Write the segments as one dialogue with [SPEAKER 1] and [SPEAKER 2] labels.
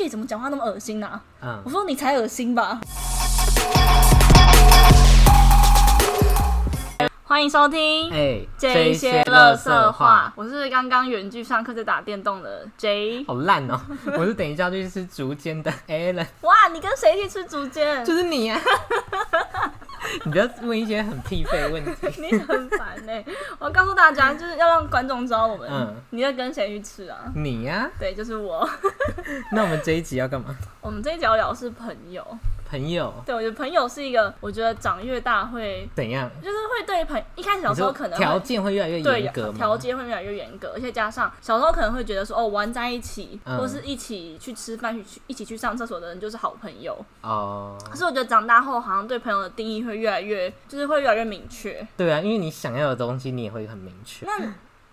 [SPEAKER 1] 你哎怎么讲话那么恶心啊？
[SPEAKER 2] 嗯
[SPEAKER 1] 我，说你才恶心吧。欢迎收听
[SPEAKER 2] 哎，
[SPEAKER 1] 这一些
[SPEAKER 2] 垃
[SPEAKER 1] 乐
[SPEAKER 2] 圾
[SPEAKER 1] 色话，，我是刚刚远距上课在打电动的 J。
[SPEAKER 2] 好烂哦！我是等一下要去吃竹间的 Alan，
[SPEAKER 1] 哇，你跟谁去吃竹间？
[SPEAKER 2] 就是你啊！ 你不要问一些很屁废问题。
[SPEAKER 1] 你很烦哎、 我要告诉大家，就是要让观众知道我们，
[SPEAKER 2] 嗯
[SPEAKER 1] 你在跟谁去吃啊？
[SPEAKER 2] 你呀、
[SPEAKER 1] 对，就是我。
[SPEAKER 2] 那我们这一集要干嘛？
[SPEAKER 1] 我们这一集要聊的是朋友，
[SPEAKER 2] 朋友
[SPEAKER 1] 对我觉得朋友是一个，我觉得长越大会，
[SPEAKER 2] 怎样？
[SPEAKER 1] 就是会对朋一开始小
[SPEAKER 2] 你
[SPEAKER 1] 时
[SPEAKER 2] 说
[SPEAKER 1] 候可能
[SPEAKER 2] 条
[SPEAKER 1] 会
[SPEAKER 2] 件会越来越
[SPEAKER 1] 对
[SPEAKER 2] 严格吗？
[SPEAKER 1] 调节会越来越严格，而且加上小时候可能会觉得说哦玩在一起，
[SPEAKER 2] 嗯
[SPEAKER 1] 或是一起去吃饭、去去一起去上厕所的人就是好朋友。
[SPEAKER 2] 哦，
[SPEAKER 1] 可是我觉得长大后好像对朋友的定义会越来越，就是会越来越明确。
[SPEAKER 2] 对啊，因为你想要的东西你也会很明确。
[SPEAKER 1] 那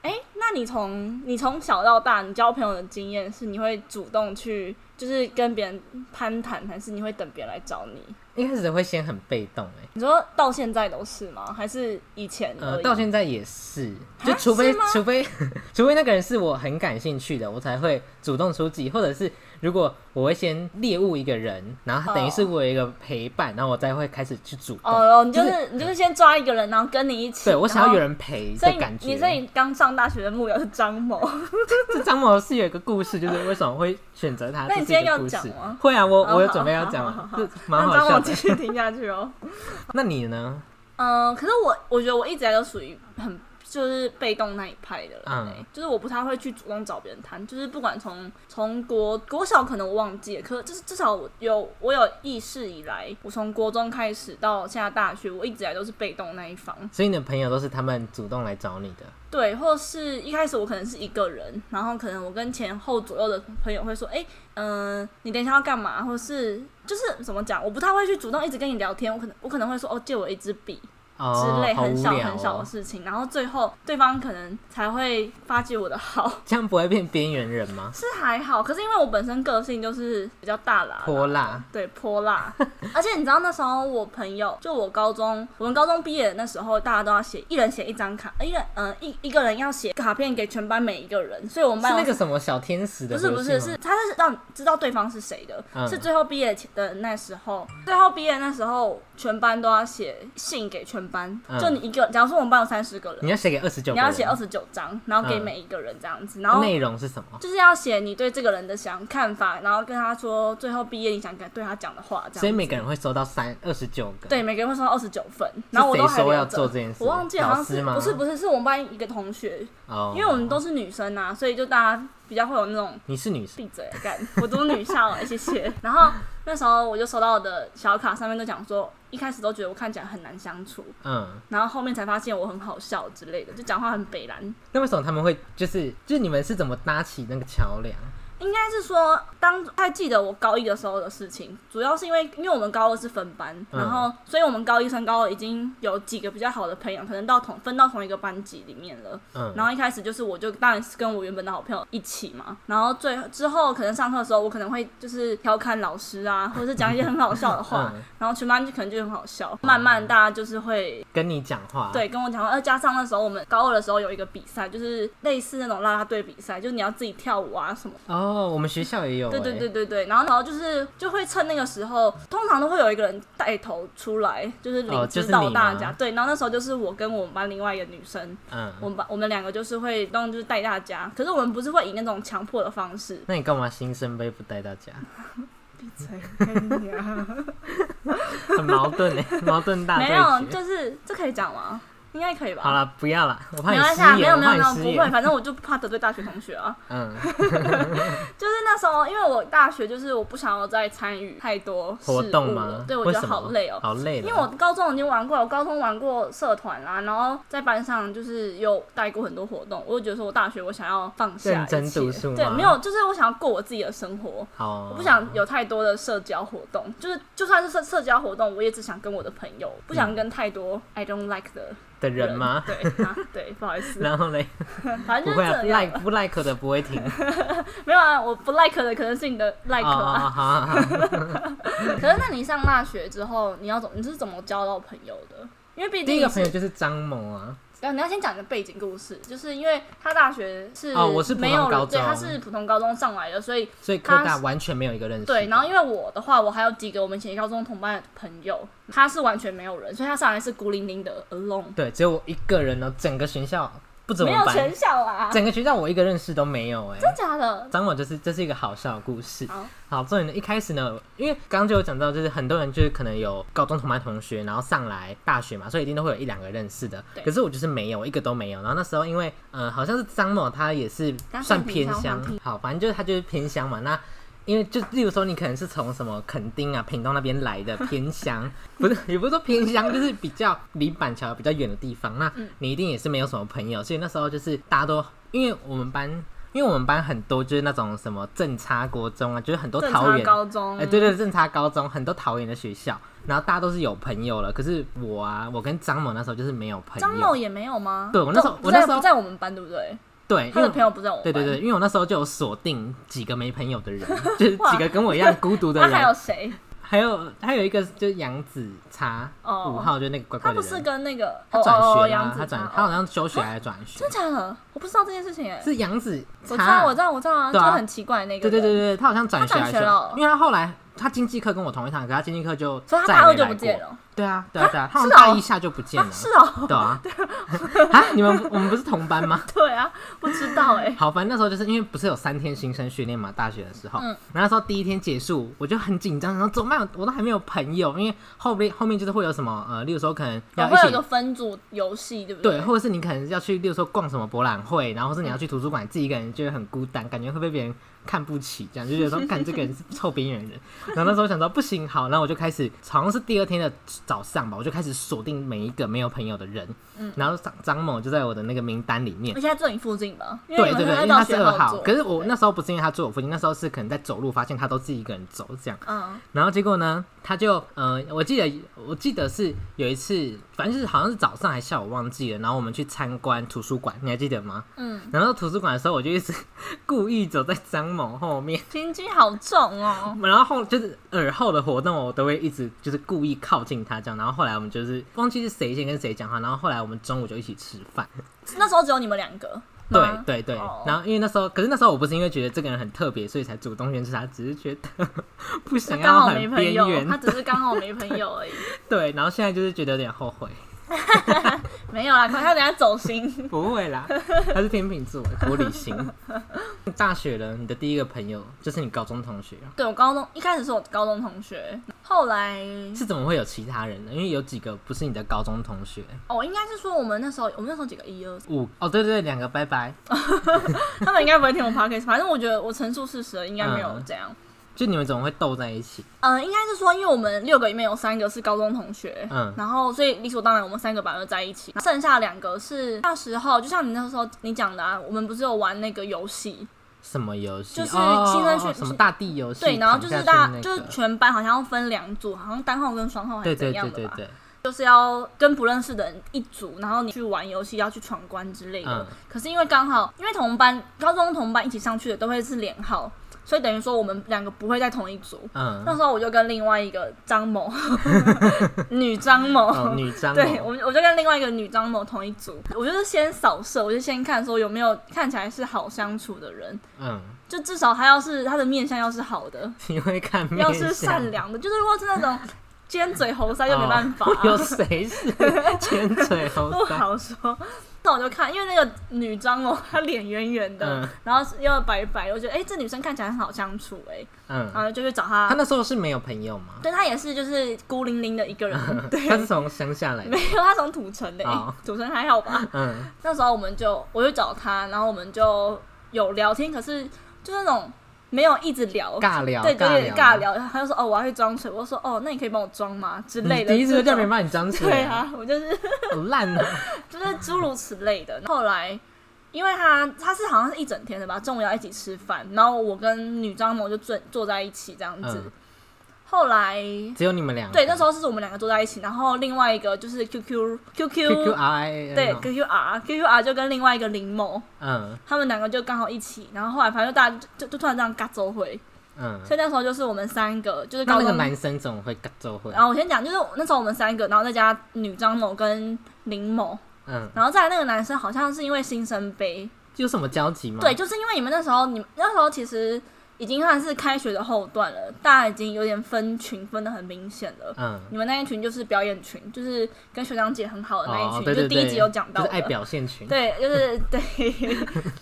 [SPEAKER 1] 哎、那你从你从小到大，你交朋友的经验是你会主动去就是跟别人攀谈，还是你会等别人来找你？
[SPEAKER 2] 一开始会先很被动哎、
[SPEAKER 1] 你说到现在都是吗？还是以前而
[SPEAKER 2] 呃，
[SPEAKER 1] 已？
[SPEAKER 2] 到现在也是，
[SPEAKER 1] 啊
[SPEAKER 2] 就除非
[SPEAKER 1] 是吗
[SPEAKER 2] 除非 除非那个人是我很感兴趣的，我才会主动出击，或者是如果我会先猎物一个人，然后
[SPEAKER 1] 哦
[SPEAKER 2] 等于是我有一个陪伴，然后我再会开始去主动。
[SPEAKER 1] 哦，你就
[SPEAKER 2] 就是
[SPEAKER 1] 你就是先抓一个人，然后跟你一起。
[SPEAKER 2] 对我想要
[SPEAKER 1] 然后
[SPEAKER 2] 有人陪
[SPEAKER 1] 所以
[SPEAKER 2] 的
[SPEAKER 1] 你
[SPEAKER 2] 感觉。
[SPEAKER 1] 你所以刚上大学的目标是张某，
[SPEAKER 2] 这张某是有一个故事，就是为什么会选择他？
[SPEAKER 1] 那你
[SPEAKER 2] 这是
[SPEAKER 1] 今
[SPEAKER 2] 一
[SPEAKER 1] 天
[SPEAKER 2] 个
[SPEAKER 1] 要
[SPEAKER 2] 故事
[SPEAKER 1] 讲吗
[SPEAKER 2] 会啊，我
[SPEAKER 1] 哦
[SPEAKER 2] 我有
[SPEAKER 1] 好
[SPEAKER 2] 准备要
[SPEAKER 1] 好
[SPEAKER 2] 讲
[SPEAKER 1] 好
[SPEAKER 2] 啊，
[SPEAKER 1] 好
[SPEAKER 2] 这蛮
[SPEAKER 1] 那
[SPEAKER 2] 好
[SPEAKER 1] 张
[SPEAKER 2] 笑
[SPEAKER 1] 某
[SPEAKER 2] 的
[SPEAKER 1] 继。续听下去哦。
[SPEAKER 2] 那你呢？
[SPEAKER 1] 嗯，可是我我觉得我一直以来都属于很就是被动那一派的人、欸，
[SPEAKER 2] 嗯
[SPEAKER 1] 就是我不太会去主动找别人谈，就是不管从从国国小可能我忘记了，可是就是至少我有我有意识以来，我从国中开始到现在大学，我一直以来都是被动那一方。
[SPEAKER 2] 所以你的朋友都是他们主动来找你的，
[SPEAKER 1] 对，或是一开始我可能是一个人，然后可能我跟前后左右的朋友会说，哎、嗯、你等一下要干嘛？或是就是怎么讲，我不太会去主动一直跟你聊天，我可能我可能会说，哦，借我一支笔之
[SPEAKER 2] 哦，
[SPEAKER 1] 类，
[SPEAKER 2] 好
[SPEAKER 1] 很
[SPEAKER 2] 无
[SPEAKER 1] 小
[SPEAKER 2] 聊
[SPEAKER 1] 很小的
[SPEAKER 2] 哦
[SPEAKER 1] 事情，然后最后对方可能才会发觉我的好，
[SPEAKER 2] 这样不会变边缘人吗？
[SPEAKER 1] 是还好，可是因为我本身个性就是比较大啦啦，
[SPEAKER 2] 泼辣，
[SPEAKER 1] 对，泼 辣。而且你知道那时候我朋友，就我高中，我们高中毕业的那时候，大家都要写，一人写一张卡，一人嗯、一一个人要写卡片给全班每一个人，所以我们
[SPEAKER 2] 是
[SPEAKER 1] 班
[SPEAKER 2] 那
[SPEAKER 1] 有
[SPEAKER 2] 个什么小天使的
[SPEAKER 1] 不是不
[SPEAKER 2] 游戏
[SPEAKER 1] 是
[SPEAKER 2] 吗
[SPEAKER 1] 是，他是让你知道对方是谁的，
[SPEAKER 2] 嗯
[SPEAKER 1] 是最后毕业前的那时候，最后毕业那时候，全班都要写信给全班，
[SPEAKER 2] 嗯
[SPEAKER 1] 就你一个，假如说我们班有三十个人，
[SPEAKER 2] 你要写给二十九，
[SPEAKER 1] 你要写二，十九张，然后给
[SPEAKER 2] 嗯
[SPEAKER 1] 每一个人这样子，然后
[SPEAKER 2] 内容是什么？
[SPEAKER 1] 就是要写你对这个人的想看法，然后跟他说最后毕业你想跟对他讲的话，这样子。
[SPEAKER 2] 所以每个人会收到三二十九个，，
[SPEAKER 1] 对，每个人会收到二十九分，然后我都
[SPEAKER 2] 谁
[SPEAKER 1] 还
[SPEAKER 2] 说
[SPEAKER 1] 留
[SPEAKER 2] 要
[SPEAKER 1] 着
[SPEAKER 2] 做这件事
[SPEAKER 1] 我忘记好像
[SPEAKER 2] 老师
[SPEAKER 1] 是
[SPEAKER 2] 吗
[SPEAKER 1] 不是不是是我们班一个同学，
[SPEAKER 2] 哦，
[SPEAKER 1] 因为我们都是女生啊，所以就大家比较会有那种
[SPEAKER 2] 你是女生，
[SPEAKER 1] 闭嘴干，我读女校哎、谢谢。然后那时候我就收到我的小卡，上面都讲说，一开始都觉得我看起来很难相处，
[SPEAKER 2] 嗯，
[SPEAKER 1] 然后后面才发现我很好笑之类的，就讲话很北蓝。
[SPEAKER 2] 那为什么他们会就是就是你们是怎么搭起那个桥梁？
[SPEAKER 1] 应该是说，当不太记得我高一的时候的事情，主要是因为因为我们高二是分班，
[SPEAKER 2] 嗯
[SPEAKER 1] 然后所以我们高一升高二已经有几个比较好的朋友，可能到同分到同一个班级里面了。
[SPEAKER 2] 嗯，，
[SPEAKER 1] 然后一开始就是我就当然是跟我原本的好朋友一起嘛，然后最之后可能上课的时候，我可能会就是调侃老师啊，或者是讲一些很好笑的话
[SPEAKER 2] 嗯
[SPEAKER 1] 然后全班就可能就很好笑，慢慢大家就是会
[SPEAKER 2] 跟你讲话，，
[SPEAKER 1] 对，跟我讲话。呃，加上那时候我们高二的时候有一个比赛，就是类似那种啦啦队比赛，就是你要自己跳舞啊什么。
[SPEAKER 2] 哦，我们学校也有、
[SPEAKER 1] 对对
[SPEAKER 2] 欸
[SPEAKER 1] 对，对对，然后然后就是就会趁那个时候，通常都会有一个人带头出来，就是
[SPEAKER 2] 哦
[SPEAKER 1] 领
[SPEAKER 2] 就
[SPEAKER 1] 指
[SPEAKER 2] 是
[SPEAKER 1] 导
[SPEAKER 2] 你
[SPEAKER 1] 大
[SPEAKER 2] 吗
[SPEAKER 1] 家。对，然后那时候就是我跟我们班另外一个女生，我
[SPEAKER 2] 嗯，
[SPEAKER 1] 们班我们两个就是会动就是带大家，可是我们不是会以那种强迫的方式。
[SPEAKER 2] 那你干嘛心生悲不带大家？很矛盾哎、 矛盾大
[SPEAKER 1] 没有，
[SPEAKER 2] 对决。
[SPEAKER 1] 就是这可以讲吗？应该可以吧。
[SPEAKER 2] 好了，不要了，我怕
[SPEAKER 1] 没
[SPEAKER 2] 你
[SPEAKER 1] 关系啊，
[SPEAKER 2] 失
[SPEAKER 1] 没
[SPEAKER 2] 言，
[SPEAKER 1] 有
[SPEAKER 2] 我
[SPEAKER 1] 没有
[SPEAKER 2] 怕
[SPEAKER 1] 没有，
[SPEAKER 2] 你失
[SPEAKER 1] 不会，
[SPEAKER 2] 言。
[SPEAKER 1] 反正我就怕得罪大学同学啊。
[SPEAKER 2] 嗯，
[SPEAKER 1] 就是那时候，因为我大学就是我不想要再参与太多事
[SPEAKER 2] 活动
[SPEAKER 1] 务
[SPEAKER 2] 吗
[SPEAKER 1] 了？对我
[SPEAKER 2] 为
[SPEAKER 1] 觉得
[SPEAKER 2] 什么
[SPEAKER 1] 好累哦、
[SPEAKER 2] 好累了，
[SPEAKER 1] 因为我高中已经玩过，我高中玩过社团啦、然后在班上就是有带过很多活动，我就觉得说我大学我想要放下
[SPEAKER 2] 认真
[SPEAKER 1] 一切
[SPEAKER 2] 读书吗哦
[SPEAKER 1] 对，没有，就是我想要过我自己的生活，
[SPEAKER 2] 好，
[SPEAKER 1] 我不想有太多的社交活动，就是就算是社社交活动，我也只想跟我的朋友，不想跟太多 I don't like 的
[SPEAKER 2] 的
[SPEAKER 1] 人
[SPEAKER 2] 人吗？？
[SPEAKER 1] 对啊， 对，不好意思，
[SPEAKER 2] 然后嘞，
[SPEAKER 1] 反正
[SPEAKER 2] 不
[SPEAKER 1] 就
[SPEAKER 2] 会
[SPEAKER 1] 是
[SPEAKER 2] 啊
[SPEAKER 1] 这
[SPEAKER 2] ，like
[SPEAKER 1] 样。
[SPEAKER 2] 不 like 的不会 停。
[SPEAKER 1] 没有啊，我不 like 的可能是你的 like
[SPEAKER 2] 哦
[SPEAKER 1] 啊。
[SPEAKER 2] 哦好好好
[SPEAKER 1] 可是那你上大学之后，你要怎么你是怎么交到朋友的？因为毕竟
[SPEAKER 2] 第一个朋友
[SPEAKER 1] 是
[SPEAKER 2] 就是张某啊，
[SPEAKER 1] 对，呃你要先讲一个背景故事，就是因为他大学是
[SPEAKER 2] 哦我是普通
[SPEAKER 1] 没有
[SPEAKER 2] 高中
[SPEAKER 1] 对，他是普通高中上来的，所以
[SPEAKER 2] 所以科
[SPEAKER 1] 他
[SPEAKER 2] 大完全没有一个认识的。
[SPEAKER 1] 对，然后因为我的话，我还有几个我们以前高中同班的朋友，他是完全没有人，所以他上来是孤零零的 alone，
[SPEAKER 2] 对只有我一个人呢，整个学校不止我
[SPEAKER 1] 没
[SPEAKER 2] 们
[SPEAKER 1] 有
[SPEAKER 2] 班
[SPEAKER 1] 全，校啊，真
[SPEAKER 2] 整个学校我一个认识都没有哎、欸。
[SPEAKER 1] 假的？
[SPEAKER 2] 张我就是这是一个好笑的故事。
[SPEAKER 1] 好，
[SPEAKER 2] 好，重点呢，一开始呢，因为刚刚就有讲到，就是很多人就是可能有高中同班同学，然后上来大学嘛，所以一定都会有一两个认识的
[SPEAKER 1] 对。
[SPEAKER 2] 可是我就是没有，一个都没有。然后那时候因为，呃，好像是张某他也是
[SPEAKER 1] 刚
[SPEAKER 2] 算
[SPEAKER 1] 性平
[SPEAKER 2] 偏
[SPEAKER 1] 常
[SPEAKER 2] 乡
[SPEAKER 1] 环境，
[SPEAKER 2] 好，反正就是他就是偏乡嘛。那因为就例如说，你可能是从什么垦丁啊、屏东那边来的偏 乡，不是也不是说偏乡，就是比较离板桥比较远的地方。那你一定也是没有什么朋友，所以那时候就是大家都因为我们班。因为我们班很多就是那种什么正差国中啊，就是很多
[SPEAKER 1] 正
[SPEAKER 2] 桃
[SPEAKER 1] 常
[SPEAKER 2] 园
[SPEAKER 1] 高中，
[SPEAKER 2] 哎、对对，正差高中很多桃园的学校，然后大家都是有朋友了。可是我啊，我跟张某那时候就是没有朋友。
[SPEAKER 1] 张某也没有吗？
[SPEAKER 2] 对我那时候
[SPEAKER 1] 不
[SPEAKER 2] 我
[SPEAKER 1] 在
[SPEAKER 2] 那时候
[SPEAKER 1] 不在我们班，对不对？
[SPEAKER 2] 对，因
[SPEAKER 1] 他
[SPEAKER 2] 为
[SPEAKER 1] 的朋友不在我们
[SPEAKER 2] 对
[SPEAKER 1] 班，
[SPEAKER 2] 对对，因为我那时候就有锁定几个没朋友的人， 就是几个跟我一样孤独的
[SPEAKER 1] 他
[SPEAKER 2] 人。
[SPEAKER 1] 还有谁？
[SPEAKER 2] 还有还有一个就是杨子茶五、
[SPEAKER 1] 哦
[SPEAKER 2] 号，就是那个怪怪
[SPEAKER 1] 他
[SPEAKER 2] 的
[SPEAKER 1] 不
[SPEAKER 2] 人
[SPEAKER 1] 是，跟那个
[SPEAKER 2] 他转
[SPEAKER 1] 哦哦哦
[SPEAKER 2] 学啦、啊
[SPEAKER 1] 杨子
[SPEAKER 2] 他转
[SPEAKER 1] 茶
[SPEAKER 2] 他好
[SPEAKER 1] 哦
[SPEAKER 2] 像休学还是转学
[SPEAKER 1] 真，假的？我不知道这件事情哎，
[SPEAKER 2] 是杨子茶。
[SPEAKER 1] 我知道我知道我知道啊，就
[SPEAKER 2] 对啊
[SPEAKER 1] 很奇怪那个，
[SPEAKER 2] 对对对，对，他好像转
[SPEAKER 1] 他
[SPEAKER 2] 学
[SPEAKER 1] 转
[SPEAKER 2] 还
[SPEAKER 1] 学
[SPEAKER 2] 是
[SPEAKER 1] 了，
[SPEAKER 2] 因为他后来他经济课跟我同一堂，可他经济课就
[SPEAKER 1] 所以他
[SPEAKER 2] 再
[SPEAKER 1] 大
[SPEAKER 2] 也
[SPEAKER 1] 二
[SPEAKER 2] 没
[SPEAKER 1] 就
[SPEAKER 2] 来
[SPEAKER 1] 不见
[SPEAKER 2] 过
[SPEAKER 1] 了，
[SPEAKER 2] 对啊，对啊，对啊，他们
[SPEAKER 1] 是哦
[SPEAKER 2] 大一下就不见
[SPEAKER 1] 啊
[SPEAKER 2] 了，
[SPEAKER 1] 是哦，
[SPEAKER 2] 对啊， 啊，你们我们不是同班吗？
[SPEAKER 1] 对啊，不知道哎，
[SPEAKER 2] 好，反正那时候就是因为不是有三天新生训练嘛，大学的时候，
[SPEAKER 1] 嗯
[SPEAKER 2] 然后那时候第一天结束，我就很紧张，然后怎么办？我都还没有朋友，因为后面后面就是会有什么呃，例如说可能
[SPEAKER 1] 然后
[SPEAKER 2] 要一
[SPEAKER 1] 会有
[SPEAKER 2] 起
[SPEAKER 1] 一个分组游戏，对不
[SPEAKER 2] 对，
[SPEAKER 1] 对？
[SPEAKER 2] 或者是你可能要去，例如说逛什么博览会，然后或是你要去图书馆，自己一个人就会很孤单，感觉会被别人看不起，这样就觉得说，看这个人是臭边缘 人。然后那时候想到不行，好，然后我就开始，好像是第二天的早上吧，我就开始锁定每一个没有朋友的人，
[SPEAKER 1] 嗯
[SPEAKER 2] 然后张张某就在我的那个名单里面
[SPEAKER 1] 而。且他住你附近吧？因为
[SPEAKER 2] 对
[SPEAKER 1] 你
[SPEAKER 2] 对
[SPEAKER 1] 们
[SPEAKER 2] 对，
[SPEAKER 1] 在
[SPEAKER 2] 因为
[SPEAKER 1] 到
[SPEAKER 2] 他是
[SPEAKER 1] 学
[SPEAKER 2] 二
[SPEAKER 1] 号
[SPEAKER 2] 号，
[SPEAKER 1] 做，
[SPEAKER 2] 可是我那时候不是因为他住我附近，那时候是可能在走路发现他都自己一个人走这样，
[SPEAKER 1] 嗯，
[SPEAKER 2] 然后结果呢，他就呃，我记得我记得是有一次，反正就是好像是早上还是下午忘记了，然后我们去参观图书馆，你还记得吗？
[SPEAKER 1] 嗯，
[SPEAKER 2] 然后图书馆的时候，我就一直 故意走在张某后面，
[SPEAKER 1] 心机好重哦。
[SPEAKER 2] 然后后就是耳后的活动，我都会一直就是故意靠近他这样。然后后来我们就是忘记是谁先跟谁讲话，然后后来我们中午就一起吃饭。
[SPEAKER 1] 那时候只有你们两个，
[SPEAKER 2] 对
[SPEAKER 1] 吗
[SPEAKER 2] 对对
[SPEAKER 1] 啊哦，
[SPEAKER 2] 然后因为那时候，可是那时候我不是因为觉得这个人很特别，所以才主动认识他，只是 觉得不想
[SPEAKER 1] 刚
[SPEAKER 2] 要
[SPEAKER 1] 好没
[SPEAKER 2] 很
[SPEAKER 1] 朋
[SPEAKER 2] 边
[SPEAKER 1] 友，他
[SPEAKER 2] 缘。
[SPEAKER 1] 只是刚好没朋友而已。
[SPEAKER 2] 对，然后现在就是觉得有点后悔。
[SPEAKER 1] 没有啦，可能他等下走心。
[SPEAKER 2] 不会 啦，他是天秤座，玻璃心。 大学了，你的第一个朋友就是你高中同学啊，
[SPEAKER 1] 对我高中一开始是我高中同学，后来
[SPEAKER 2] 是怎么会有其他人呢？因为有几个不是你的高中同学，
[SPEAKER 1] 哦，应该是说我们那时候我们那时候几个一二，
[SPEAKER 2] 五哦，对对对，两个拜拜，
[SPEAKER 1] 他们应该不会听我 podcast，反正我觉得我陈述事实了，应该没
[SPEAKER 2] 嗯
[SPEAKER 1] 有这样。
[SPEAKER 2] 就你们怎么会斗在一起？
[SPEAKER 1] 嗯，应该是说，因为我们六个里面有三个是高中同学，
[SPEAKER 2] 嗯
[SPEAKER 1] 然后所以理所当然我们三个本来就在一起，剩下两个是那时候，就像你那时候你讲的啊，我们不是有玩那个游戏，
[SPEAKER 2] 什么游戏？
[SPEAKER 1] 就是
[SPEAKER 2] 哦
[SPEAKER 1] 新生训
[SPEAKER 2] 哦什么大地游戏？
[SPEAKER 1] 对，然后就是大、
[SPEAKER 2] 躺下去
[SPEAKER 1] 就
[SPEAKER 2] 那个
[SPEAKER 1] 是全班好像要分两组，好像单号跟双号还
[SPEAKER 2] 对
[SPEAKER 1] 是
[SPEAKER 2] 对
[SPEAKER 1] 怎样
[SPEAKER 2] 对
[SPEAKER 1] 的吧，
[SPEAKER 2] 对对，
[SPEAKER 1] 就是要跟不认识的人一组，然后你去玩游戏要去闯关之类的。
[SPEAKER 2] 嗯
[SPEAKER 1] 可是因为刚好因为同班高中同班一起上去的都会是连号，所以等于说我们两个不会在同一组， 那
[SPEAKER 2] 嗯，
[SPEAKER 1] 时候我就跟另外一个张 某，女张某，
[SPEAKER 2] 哦，女张
[SPEAKER 1] 对
[SPEAKER 2] 哦，
[SPEAKER 1] 我我就跟另外一个女张某同一组。我就是先扫射，我就先看说有没有看起来是好相处的人，
[SPEAKER 2] 嗯，
[SPEAKER 1] 就至少他要是他的面相要是好的，
[SPEAKER 2] 你会看面
[SPEAKER 1] 要是
[SPEAKER 2] 相哦
[SPEAKER 1] 善良的，就是如果是那 种尖嘴猴腮就没办法、啊
[SPEAKER 2] 哦有 谁是尖嘴猴
[SPEAKER 1] 不
[SPEAKER 2] 腮？
[SPEAKER 1] 好说。那我就看，因为那个女张某她脸圆圆的，
[SPEAKER 2] 嗯
[SPEAKER 1] 然后又白白，我觉得哎、诶这女生看起来很好相处哎、诶然
[SPEAKER 2] 嗯，
[SPEAKER 1] 后就去找她
[SPEAKER 2] 他。那时候是没有朋友吗？
[SPEAKER 1] 对她也是就是孤零零的一个人，
[SPEAKER 2] 他是从乡下来的
[SPEAKER 1] 没，有，他从土城的、
[SPEAKER 2] 哦
[SPEAKER 1] 土城还好 吧？
[SPEAKER 2] 嗯，
[SPEAKER 1] 那时候我们就我就找他，然后我们就有聊天，可是就那种没有一直聊，
[SPEAKER 2] 尬聊，
[SPEAKER 1] 对，就有点尬
[SPEAKER 2] 聊。
[SPEAKER 1] 聊。他就说哦，我要去装水，我就说哦，那你可以帮我装吗？之类
[SPEAKER 2] 你
[SPEAKER 1] 的。
[SPEAKER 2] 第一次就叫别人
[SPEAKER 1] 帮？
[SPEAKER 2] 帮你张嘴，
[SPEAKER 1] 对，啊，我就是
[SPEAKER 2] 好烂啊！
[SPEAKER 1] 就是诸如此类的。后来。因为他他是好像是一整天的吧，中午要一起吃饭，然后我跟女张某就坐坐在一起这样子。
[SPEAKER 2] 嗯
[SPEAKER 1] 后来
[SPEAKER 2] 只有你们两个。
[SPEAKER 1] 对那时候是我们两个坐在一起，然后另外一个就是 QQ
[SPEAKER 2] QQ R I 哦
[SPEAKER 1] 对，QQR QQR 就跟另外一个林某，
[SPEAKER 2] 嗯
[SPEAKER 1] 他们两个就刚好一起，然后后来反正就大家就就突然这样嘎走回，
[SPEAKER 2] 嗯。
[SPEAKER 1] 所以那时候就是我们三个就是
[SPEAKER 2] 那
[SPEAKER 1] 高
[SPEAKER 2] 那个
[SPEAKER 1] 中。
[SPEAKER 2] 男生怎么会尬奏会
[SPEAKER 1] 然？后我先讲，就是那时候我们三个，然后再加女张某跟林某，
[SPEAKER 2] 嗯，
[SPEAKER 1] 然后再来那个男生好像是因为新生杯，
[SPEAKER 2] 有什么交集吗？
[SPEAKER 1] 对，，就是因为你们那时候，你们那时候其实已经算是开学的后段了，大家已经有点分群分的很明显了。
[SPEAKER 2] 嗯，
[SPEAKER 1] 你们那一群就是表演群，就是跟学长姐很好的那一群，
[SPEAKER 2] 哦，对对
[SPEAKER 1] 就第一
[SPEAKER 2] 对，
[SPEAKER 1] 集有讲到
[SPEAKER 2] 就是
[SPEAKER 1] 的。
[SPEAKER 2] 爱表现群，
[SPEAKER 1] 对，就是 对。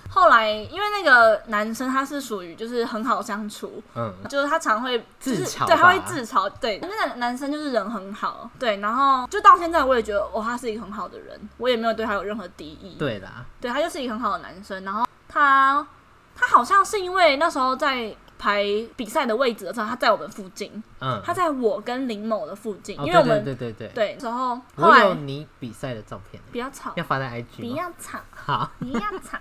[SPEAKER 1] 后来因为那个男生他是属于就是很好相处，
[SPEAKER 2] 嗯，
[SPEAKER 1] 就是他常会就是
[SPEAKER 2] 自嘲
[SPEAKER 1] 对，他会
[SPEAKER 2] 吧
[SPEAKER 1] 自嘲。对，那个男生就是人很好，对，然后就到现在我也觉得哦，他是一个很好的人，我也没有对他有任何敌意。
[SPEAKER 2] 对啦，
[SPEAKER 1] 对他就是一个很好的男生。然后他他好像是因为那时候在排比赛的位置的时候，他在我们附近，
[SPEAKER 2] 嗯，
[SPEAKER 1] 他在我跟林某的附近，
[SPEAKER 2] 哦
[SPEAKER 1] 因为我们
[SPEAKER 2] 对对对对对，
[SPEAKER 1] 对时候后
[SPEAKER 2] 我有
[SPEAKER 1] 来
[SPEAKER 2] 你比赛的照片，
[SPEAKER 1] 比较吵，
[SPEAKER 2] 要发在 IG
[SPEAKER 1] 比
[SPEAKER 2] 吗？
[SPEAKER 1] 较吵，
[SPEAKER 2] 好，
[SPEAKER 1] 比较吵。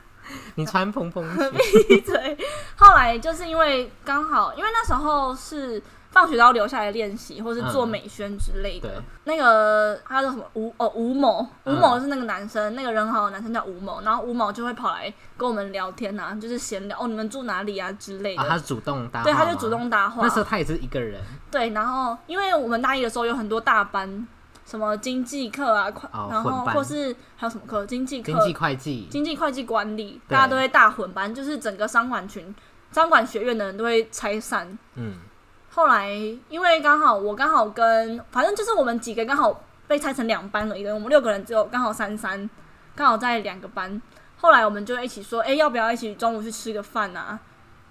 [SPEAKER 2] 你穿蓬蓬裙，
[SPEAKER 1] 对，后来就是因为刚好，因为那时候是放学都要留下来练习，或是做
[SPEAKER 2] 嗯
[SPEAKER 1] 美宣之类的。
[SPEAKER 2] 对
[SPEAKER 1] 那个他叫什么吴哦吴某，吴
[SPEAKER 2] 嗯
[SPEAKER 1] 某是那个男生，那个人很好的男生叫吴某，然后吴某就会跑来跟我们聊天啊，就是闲聊哦，你们住哪里啊之类的。
[SPEAKER 2] 啊，他主动 搭，
[SPEAKER 1] 对，他就主。动搭话
[SPEAKER 2] 那。时候他也是一个人，
[SPEAKER 1] 对，然后因为我们大一的时候有很多大班，什么经济课啊，会
[SPEAKER 2] 哦
[SPEAKER 1] 然后
[SPEAKER 2] 混班
[SPEAKER 1] 或是还有什么课，经济课
[SPEAKER 2] 经、济会计，
[SPEAKER 1] 经济会计管理，
[SPEAKER 2] 对
[SPEAKER 1] 大家都会大混班，就是整个商管群、商管学院的人都会拆散。
[SPEAKER 2] 嗯，
[SPEAKER 1] 后来因为刚好我刚好跟，反正就是我们几个刚好被拆成两班了，一个人我们六个人只有刚好三三，刚好在两个班。后来我们就一起说，哎、要不要一起中午去吃个饭啊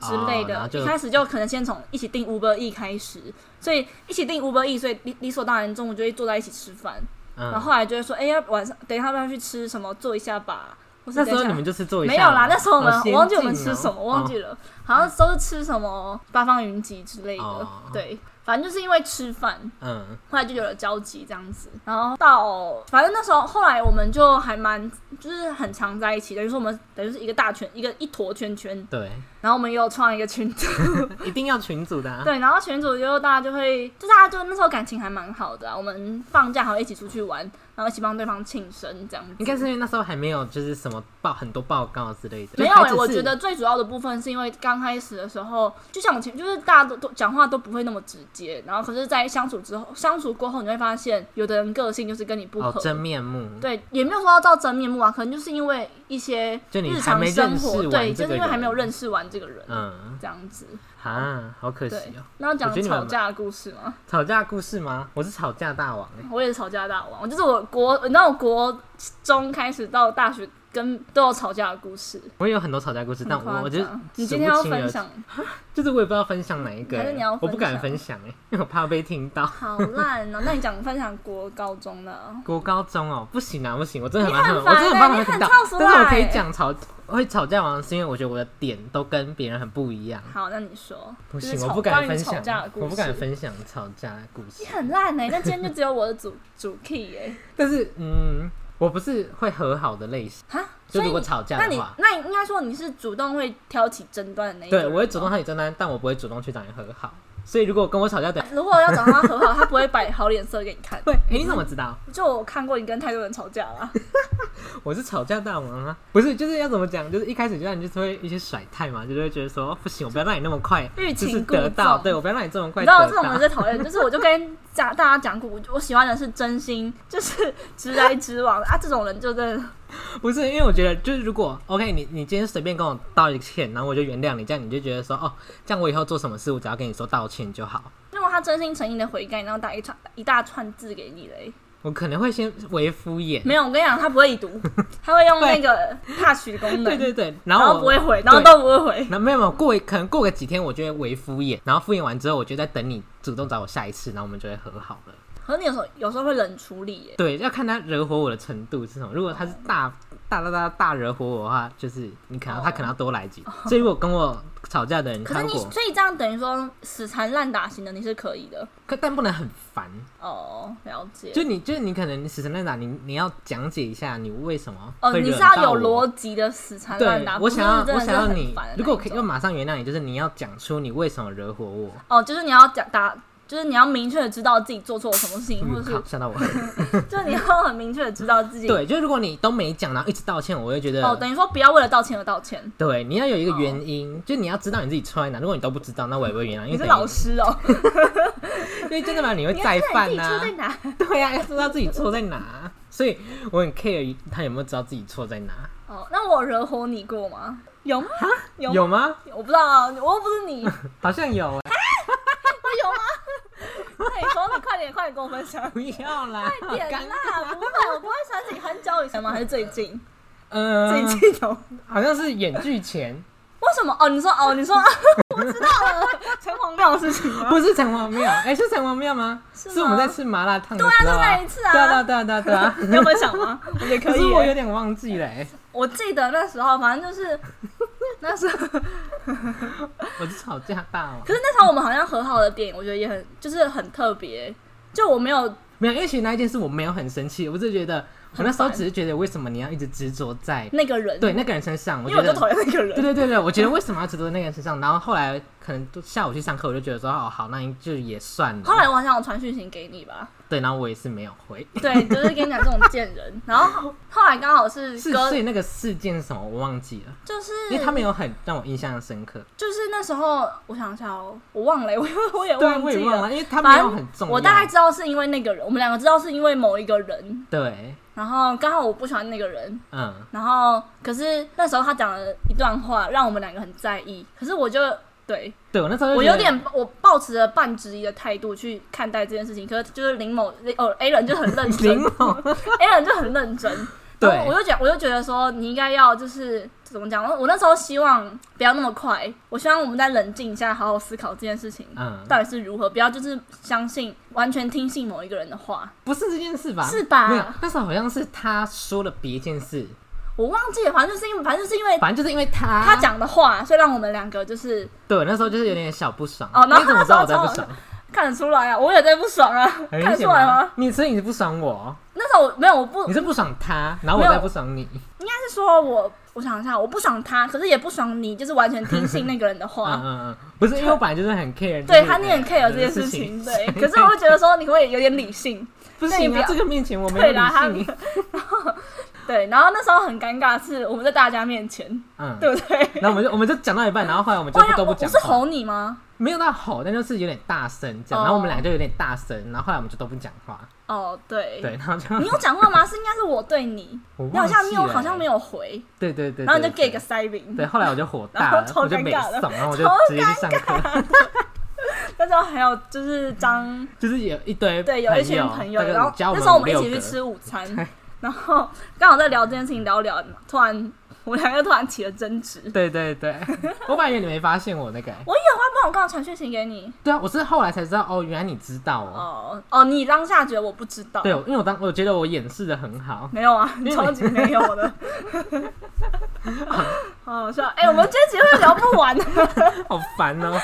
[SPEAKER 1] 之类
[SPEAKER 2] 哦然
[SPEAKER 1] 的
[SPEAKER 2] 后？就
[SPEAKER 1] 一开始就可能先从一起订 Uber E 开始，所以一起订 Uber E，所以理理所当然中午就会坐在一起吃饭。然
[SPEAKER 2] 嗯，
[SPEAKER 1] 后后来就会说，哎、要晚上等一下要不要去吃什么？坐一下吧。或是
[SPEAKER 2] 那
[SPEAKER 1] 等
[SPEAKER 2] 时
[SPEAKER 1] 一
[SPEAKER 2] 候
[SPEAKER 1] 下
[SPEAKER 2] 你们就是做一下
[SPEAKER 1] 没有啦，那时候我们
[SPEAKER 2] 好先
[SPEAKER 1] 我忘记我们
[SPEAKER 2] 进
[SPEAKER 1] 吃
[SPEAKER 2] 哦
[SPEAKER 1] 什么，我忘记
[SPEAKER 2] 哦
[SPEAKER 1] 了，好像都是吃什么八方云集之类的。
[SPEAKER 2] 哦
[SPEAKER 1] 对，反正就是因为吃饭，
[SPEAKER 2] 嗯，
[SPEAKER 1] 后来就有了交集这样子。然后到反正那时候后来我们就还蛮就是很常在一起，等于说我们等于是一个大圈一个一坨圈圈，
[SPEAKER 2] 对，
[SPEAKER 1] 然后我们也有创一个群 组，
[SPEAKER 2] 一定要群主的啊，
[SPEAKER 1] 对，然后群组就大家就会就大家就那时候感情还蛮好的、啊，我们放假还会一起出去玩，然后一起帮对方庆生这样子。
[SPEAKER 2] 应该是因为那时候还没有就是什么报很多报告之类的，
[SPEAKER 1] 没有
[SPEAKER 2] 哎、
[SPEAKER 1] 哎、我觉得最主要的部分是因为刚开始的时候，就像我前，就是大家都都讲话都不会那么直接，然后可是，在相处之后，相处过后，你会发现有的人个性就是跟你不合，
[SPEAKER 2] 哦真面目，
[SPEAKER 1] 对，也没有说要照真面目啊，可能就是因为一些
[SPEAKER 2] 就你
[SPEAKER 1] 日
[SPEAKER 2] 还
[SPEAKER 1] 常
[SPEAKER 2] 没
[SPEAKER 1] 生
[SPEAKER 2] 认识
[SPEAKER 1] 活，
[SPEAKER 2] 完
[SPEAKER 1] 对，就
[SPEAKER 2] 这
[SPEAKER 1] 是
[SPEAKER 2] 个
[SPEAKER 1] 因为还没有
[SPEAKER 2] 人
[SPEAKER 1] 认识完这个人，
[SPEAKER 2] 嗯，
[SPEAKER 1] 这样子，
[SPEAKER 2] 啊，好可惜
[SPEAKER 1] 对
[SPEAKER 2] 哦。。
[SPEAKER 1] 那要讲
[SPEAKER 2] 我觉得你们
[SPEAKER 1] 吵架的故事吗？
[SPEAKER 2] 吵架故事吗？我是吵架大王哎、
[SPEAKER 1] 我也是吵架大王，我就是我国，你知道我国中开始到大学跟都有吵架的故事，
[SPEAKER 2] 我也有很多吵架故事，但
[SPEAKER 1] 很
[SPEAKER 2] 我
[SPEAKER 1] 夸
[SPEAKER 2] 我就
[SPEAKER 1] 张。你
[SPEAKER 2] 数
[SPEAKER 1] 今
[SPEAKER 2] 不
[SPEAKER 1] 天要
[SPEAKER 2] 清了
[SPEAKER 1] 分享？
[SPEAKER 2] 就是我也不知道分享哪一个、欸
[SPEAKER 1] 还是你要
[SPEAKER 2] 我不敢
[SPEAKER 1] 分
[SPEAKER 2] 分享哎、因为我怕被听到。
[SPEAKER 1] 好烂哦、那你讲分享国高中的，
[SPEAKER 2] 国高中哦，不行啊，不行，我真的
[SPEAKER 1] 你
[SPEAKER 2] 很怕他
[SPEAKER 1] 很
[SPEAKER 2] 们，
[SPEAKER 1] 烦
[SPEAKER 2] 我真的
[SPEAKER 1] 欸
[SPEAKER 2] 很怕他
[SPEAKER 1] 你
[SPEAKER 2] 们听
[SPEAKER 1] 很
[SPEAKER 2] 到
[SPEAKER 1] 跳出。
[SPEAKER 2] 但是我
[SPEAKER 1] 来
[SPEAKER 2] 可以讲吵，我会吵架王是因为我觉得我的点都跟别人很不一样。
[SPEAKER 1] 好，那你说，
[SPEAKER 2] 不
[SPEAKER 1] 就
[SPEAKER 2] 行
[SPEAKER 1] 是，
[SPEAKER 2] 我
[SPEAKER 1] 吵
[SPEAKER 2] 不
[SPEAKER 1] 关
[SPEAKER 2] 敢
[SPEAKER 1] 于
[SPEAKER 2] 分
[SPEAKER 1] 吵架的
[SPEAKER 2] 享，
[SPEAKER 1] 故事
[SPEAKER 2] 我不敢分享吵架的故事
[SPEAKER 1] 你。很烂哎、那今天就只有我的主主 key 哎、
[SPEAKER 2] 但是，嗯，我不是会和好的类型，
[SPEAKER 1] 哈，
[SPEAKER 2] 就
[SPEAKER 1] 所以
[SPEAKER 2] 如果
[SPEAKER 1] 你
[SPEAKER 2] 吵架
[SPEAKER 1] 那
[SPEAKER 2] 的
[SPEAKER 1] 你
[SPEAKER 2] 话，
[SPEAKER 1] 那你应该说你是主动会挑起争端的那一个
[SPEAKER 2] 对
[SPEAKER 1] 人
[SPEAKER 2] 我会主动。和你争端，但我不会主动去找你和好。所以，如果跟我吵架的，
[SPEAKER 1] 如果要找他和好，他不会摆好脸色给你 看。
[SPEAKER 2] 对，诶你怎么知道？
[SPEAKER 1] 就我看过你跟太多人吵架了，
[SPEAKER 2] 我是吵架大王啊，不是，就是要怎么讲，就是一开始就让你就是会一些甩态嘛，就是会觉得说哦不行，我不要让你那么快，
[SPEAKER 1] 欲
[SPEAKER 2] 就
[SPEAKER 1] 擒
[SPEAKER 2] 是
[SPEAKER 1] 故
[SPEAKER 2] 得到，
[SPEAKER 1] 纵
[SPEAKER 2] 对我不要让你这么
[SPEAKER 1] 你
[SPEAKER 2] 快
[SPEAKER 1] 知
[SPEAKER 2] 得
[SPEAKER 1] 道
[SPEAKER 2] 到
[SPEAKER 1] 这。种人最讨厌，就是我就跟讲大家讲过，我我喜欢的是真心，就是直来直往的啊，这种人就真的
[SPEAKER 2] 不是，因为我觉得就是如果 OK，你你今天随便跟我道一个歉，然后我就原谅你，这样你就觉得说哦，这样我以后做什么事，我只要跟你说道歉就好。
[SPEAKER 1] 如果他真心诚意的悔改，然后打一串一大串字给你嘞，
[SPEAKER 2] 我可能会先为敷衍，
[SPEAKER 1] 没有，我跟你讲，他不会已读，他会用那个 touch 的功能，
[SPEAKER 2] 对对对，
[SPEAKER 1] 然
[SPEAKER 2] 然后我
[SPEAKER 1] 不会回，
[SPEAKER 2] 对
[SPEAKER 1] 然后都不会回。
[SPEAKER 2] 那没有没有过一，可能过个几天，我就会为敷衍，然后敷衍完之后，我就在等你主动找我下一次，然后我们就会和好了。
[SPEAKER 1] 可是你有时候有时候会冷处理耶，
[SPEAKER 2] 对，要看他惹火我的程度是什么。如果他是大大大大大惹火我的话，就是你可能、他可能要多来几句。所以如果跟我吵架的人，
[SPEAKER 1] 哦可
[SPEAKER 2] 他
[SPEAKER 1] 是
[SPEAKER 2] 如
[SPEAKER 1] 你
[SPEAKER 2] 果
[SPEAKER 1] 所以这样等于说死缠烂打型的你是可以的
[SPEAKER 2] 可但不能很烦，
[SPEAKER 1] 哦，了解
[SPEAKER 2] 就。你就是你可能你死缠烂打，你你要讲解一下你为什么
[SPEAKER 1] 哦，
[SPEAKER 2] 会
[SPEAKER 1] 你
[SPEAKER 2] 惹
[SPEAKER 1] 是要
[SPEAKER 2] 到
[SPEAKER 1] 有
[SPEAKER 2] 我
[SPEAKER 1] 逻辑的死缠烂
[SPEAKER 2] 对
[SPEAKER 1] 打，，
[SPEAKER 2] 我
[SPEAKER 1] 不是
[SPEAKER 2] 想要
[SPEAKER 1] 真的
[SPEAKER 2] 我
[SPEAKER 1] 是
[SPEAKER 2] 想要
[SPEAKER 1] 很
[SPEAKER 2] 你
[SPEAKER 1] 烦的，那
[SPEAKER 2] 如果
[SPEAKER 1] 一
[SPEAKER 2] 可以
[SPEAKER 1] 种
[SPEAKER 2] 又马上原谅你，就是你要讲出你为什么惹火我。
[SPEAKER 1] 哦，就是你要讲打，就是你要明确的知道自己做错了什么事情，或
[SPEAKER 2] 嗯，
[SPEAKER 1] 者
[SPEAKER 2] 好
[SPEAKER 1] 是
[SPEAKER 2] 吓 到我。
[SPEAKER 1] 就是你要很明确的知道自己
[SPEAKER 2] 对，就如果你都没讲，然后一直道歉，我会觉得
[SPEAKER 1] 哦，等于说不要为了道歉而道歉。
[SPEAKER 2] 对，你要有一个原因，就你要知道你自己错在哪。如果你都不知道，那我也不会原谅，因
[SPEAKER 1] 哦你是
[SPEAKER 2] 为等于
[SPEAKER 1] 老师哦，
[SPEAKER 2] 因为真的嘛，你会
[SPEAKER 1] 你要
[SPEAKER 2] 再
[SPEAKER 1] 知道
[SPEAKER 2] 犯啊
[SPEAKER 1] 你自己
[SPEAKER 2] 呐、啊
[SPEAKER 1] 错在哪？
[SPEAKER 2] 对呀、要知道自己错在哪。所以我很 care 他有没有知道自己错在哪。
[SPEAKER 1] 哦，那我惹火你过吗？有吗？有
[SPEAKER 2] 有吗？
[SPEAKER 1] 我不知道啊，我又不是你，我
[SPEAKER 2] 好像有、欸，
[SPEAKER 1] 有吗？ 那你说，你快点，快点跟我分享。
[SPEAKER 2] 不要啦，
[SPEAKER 1] 快点
[SPEAKER 2] 干
[SPEAKER 1] 啦，不会，我不会想起很久以前吗？还是最近？最
[SPEAKER 2] 呃，
[SPEAKER 1] 近有？
[SPEAKER 2] 好像是演剧前，
[SPEAKER 1] 为什么？哦，你说哦，你说， 我知道了， 城隍庙的事情吗？
[SPEAKER 2] 不是城隍 庙，哎、是城隍庙吗？
[SPEAKER 1] 是
[SPEAKER 2] 是
[SPEAKER 1] 吗
[SPEAKER 2] 我们在吃麻辣烫的
[SPEAKER 1] 对啊
[SPEAKER 2] 时候
[SPEAKER 1] 就那一次啊
[SPEAKER 2] 对啊，对啊，对 啊，对啊。对啊
[SPEAKER 1] 你要分享吗？我也可
[SPEAKER 2] 可
[SPEAKER 1] 以
[SPEAKER 2] 是
[SPEAKER 1] 耶。
[SPEAKER 2] 我有点忘记了、欸，
[SPEAKER 1] 我记得那时候，反正就是那时候，
[SPEAKER 2] 我是吵架大王
[SPEAKER 1] 可。是那时候我们好像和好的电影，我觉得也很就是很特别。就我没有
[SPEAKER 2] 没有，因为其实那一件事我没有很生气，我只是觉得我那时候只是觉得为什么你要一直执着在
[SPEAKER 1] 那个人，
[SPEAKER 2] 对那个人身上？我
[SPEAKER 1] 因
[SPEAKER 2] 觉
[SPEAKER 1] 为我就
[SPEAKER 2] 得
[SPEAKER 1] 讨厌那个人。
[SPEAKER 2] 对对对对，我觉得为什么要执着在那个人身上？然后后来可能下午去上课，我就觉得说哦好，那就也算
[SPEAKER 1] 后
[SPEAKER 2] 了。
[SPEAKER 1] 来我好像有传讯息给你吧，
[SPEAKER 2] 对，然后我也是没有回。
[SPEAKER 1] 对，就是跟你讲这种贱人。然 后后来刚好是
[SPEAKER 2] 是
[SPEAKER 1] 哥，
[SPEAKER 2] 所以那个事件是什么我忘记了，
[SPEAKER 1] 就是
[SPEAKER 2] 因为他没有很让我印象深刻。
[SPEAKER 1] 就是那时候，我想一下哦，我忘了，我 我也
[SPEAKER 2] 对啊，
[SPEAKER 1] 忘
[SPEAKER 2] 我
[SPEAKER 1] 记
[SPEAKER 2] 也忘了，因为他没
[SPEAKER 1] 反
[SPEAKER 2] 有
[SPEAKER 1] 正
[SPEAKER 2] 很重要。
[SPEAKER 1] 我大概知道是因为那个人，我们两个知道是因为某一个人，
[SPEAKER 2] 对，
[SPEAKER 1] 然后刚好我不喜欢那个人，
[SPEAKER 2] 嗯，
[SPEAKER 1] 然后可是那时候他讲了一段话，让我们两个很在意。可是我就对
[SPEAKER 2] 对我那时候就
[SPEAKER 1] 我
[SPEAKER 2] 觉得
[SPEAKER 1] 有点我抱持着半质疑的态度去看待这件事情。可是就是林某哦 A 人就很认真
[SPEAKER 2] 灵 猛，
[SPEAKER 1] ，A 人就很认真。
[SPEAKER 2] 对
[SPEAKER 1] 然后我就觉我就觉得说你应该要就是怎么讲？我那时候希望不要那么快，我希望我们再冷静一下，好好思考这件事情。
[SPEAKER 2] 嗯，
[SPEAKER 1] 到底是如何？不要就是相信完全听信某一个人的话，
[SPEAKER 2] 不是这件事吧？
[SPEAKER 1] 是吧
[SPEAKER 2] 没有，那时候好像是他说了别件事，
[SPEAKER 1] 我忘记了，反正就是因为反正就是因为
[SPEAKER 2] 反正就是因为他
[SPEAKER 1] 哎他讲的话，所以让我们两个就是
[SPEAKER 2] 对，那时候就是有点小不爽。
[SPEAKER 1] 哦然后
[SPEAKER 2] 你怎么知道我在不爽？
[SPEAKER 1] 看得出来啊，我也在不爽啊，看
[SPEAKER 2] 很明
[SPEAKER 1] 得
[SPEAKER 2] 显
[SPEAKER 1] 出来吗
[SPEAKER 2] 吧？？你所以你是不爽我，
[SPEAKER 1] 那时候我没有，我不
[SPEAKER 2] 你
[SPEAKER 1] 应
[SPEAKER 2] 是不爽他，然后我
[SPEAKER 1] 没有
[SPEAKER 2] 在不爽你。
[SPEAKER 1] 该是说我，我想一下，我不爽他，可是也不爽你，就是完全听信那个人的
[SPEAKER 2] 嗯
[SPEAKER 1] 话。
[SPEAKER 2] 嗯嗯，不是因为我本来就是很 care，
[SPEAKER 1] 哦对
[SPEAKER 2] 就是
[SPEAKER 1] 他，你很 care 这件事
[SPEAKER 2] 嗯
[SPEAKER 1] 情，对。可是我会觉得说，你会有点理性，
[SPEAKER 2] 不
[SPEAKER 1] 那你
[SPEAKER 2] 行
[SPEAKER 1] 不
[SPEAKER 2] 啊
[SPEAKER 1] 要，
[SPEAKER 2] 这个面前我没有
[SPEAKER 1] 对啦，他
[SPEAKER 2] 理性。
[SPEAKER 1] 对。然后那时候很尴尬，是我们在大家面前，
[SPEAKER 2] 嗯，
[SPEAKER 1] 对不对？
[SPEAKER 2] 然后我们就我们就讲到一半，然后后来我们就
[SPEAKER 1] 我
[SPEAKER 2] 不都
[SPEAKER 1] 我
[SPEAKER 2] 不
[SPEAKER 1] 我
[SPEAKER 2] 讲
[SPEAKER 1] 是
[SPEAKER 2] 话，
[SPEAKER 1] 吼你吗？
[SPEAKER 2] 没有到吼，但就是有点大声这
[SPEAKER 1] 哦
[SPEAKER 2] 样。然后我们俩就有点大声，然后后来我们就都不讲话。
[SPEAKER 1] 哦，对。
[SPEAKER 2] 对，然 后就
[SPEAKER 1] 你有讲话吗？是应该是我对你，
[SPEAKER 2] 我
[SPEAKER 1] 你好像你有
[SPEAKER 2] 忘记了
[SPEAKER 1] 好像没有回，
[SPEAKER 2] 对对对，
[SPEAKER 1] 然后你
[SPEAKER 2] 对
[SPEAKER 1] 就给个
[SPEAKER 2] 对
[SPEAKER 1] 塞饼。
[SPEAKER 2] 对，后来我就火
[SPEAKER 1] 然
[SPEAKER 2] 大
[SPEAKER 1] 后
[SPEAKER 2] 了，
[SPEAKER 1] 超
[SPEAKER 2] 我就没
[SPEAKER 1] 尴尬的
[SPEAKER 2] 送，然后我就
[SPEAKER 1] 超
[SPEAKER 2] 直接去上课，
[SPEAKER 1] 那时候还有就是张。
[SPEAKER 2] 就是有一堆
[SPEAKER 1] 对，有一群朋友，
[SPEAKER 2] 大概
[SPEAKER 1] 然后
[SPEAKER 2] 加
[SPEAKER 1] 那时候我们一
[SPEAKER 2] 五
[SPEAKER 1] 起
[SPEAKER 2] 六
[SPEAKER 1] 去
[SPEAKER 2] 个
[SPEAKER 1] 吃午餐，然后刚好在聊这件事情，聊聊，突然我们两个突然起了争执。
[SPEAKER 2] 对对对， 我本来以为你没发现我那个欸、
[SPEAKER 1] 我有啊，不然我刚好传讯息给你。
[SPEAKER 2] 对啊，我是后来才知道哦，原来你知道哦。
[SPEAKER 1] 哦哦，你当下觉得我不知道？
[SPEAKER 2] 对，因为我当我觉得我掩饰的很好，
[SPEAKER 1] 没有啊，超级没有 的。好好笑！哎、我们这集会聊不完的。
[SPEAKER 2] 好烦哦。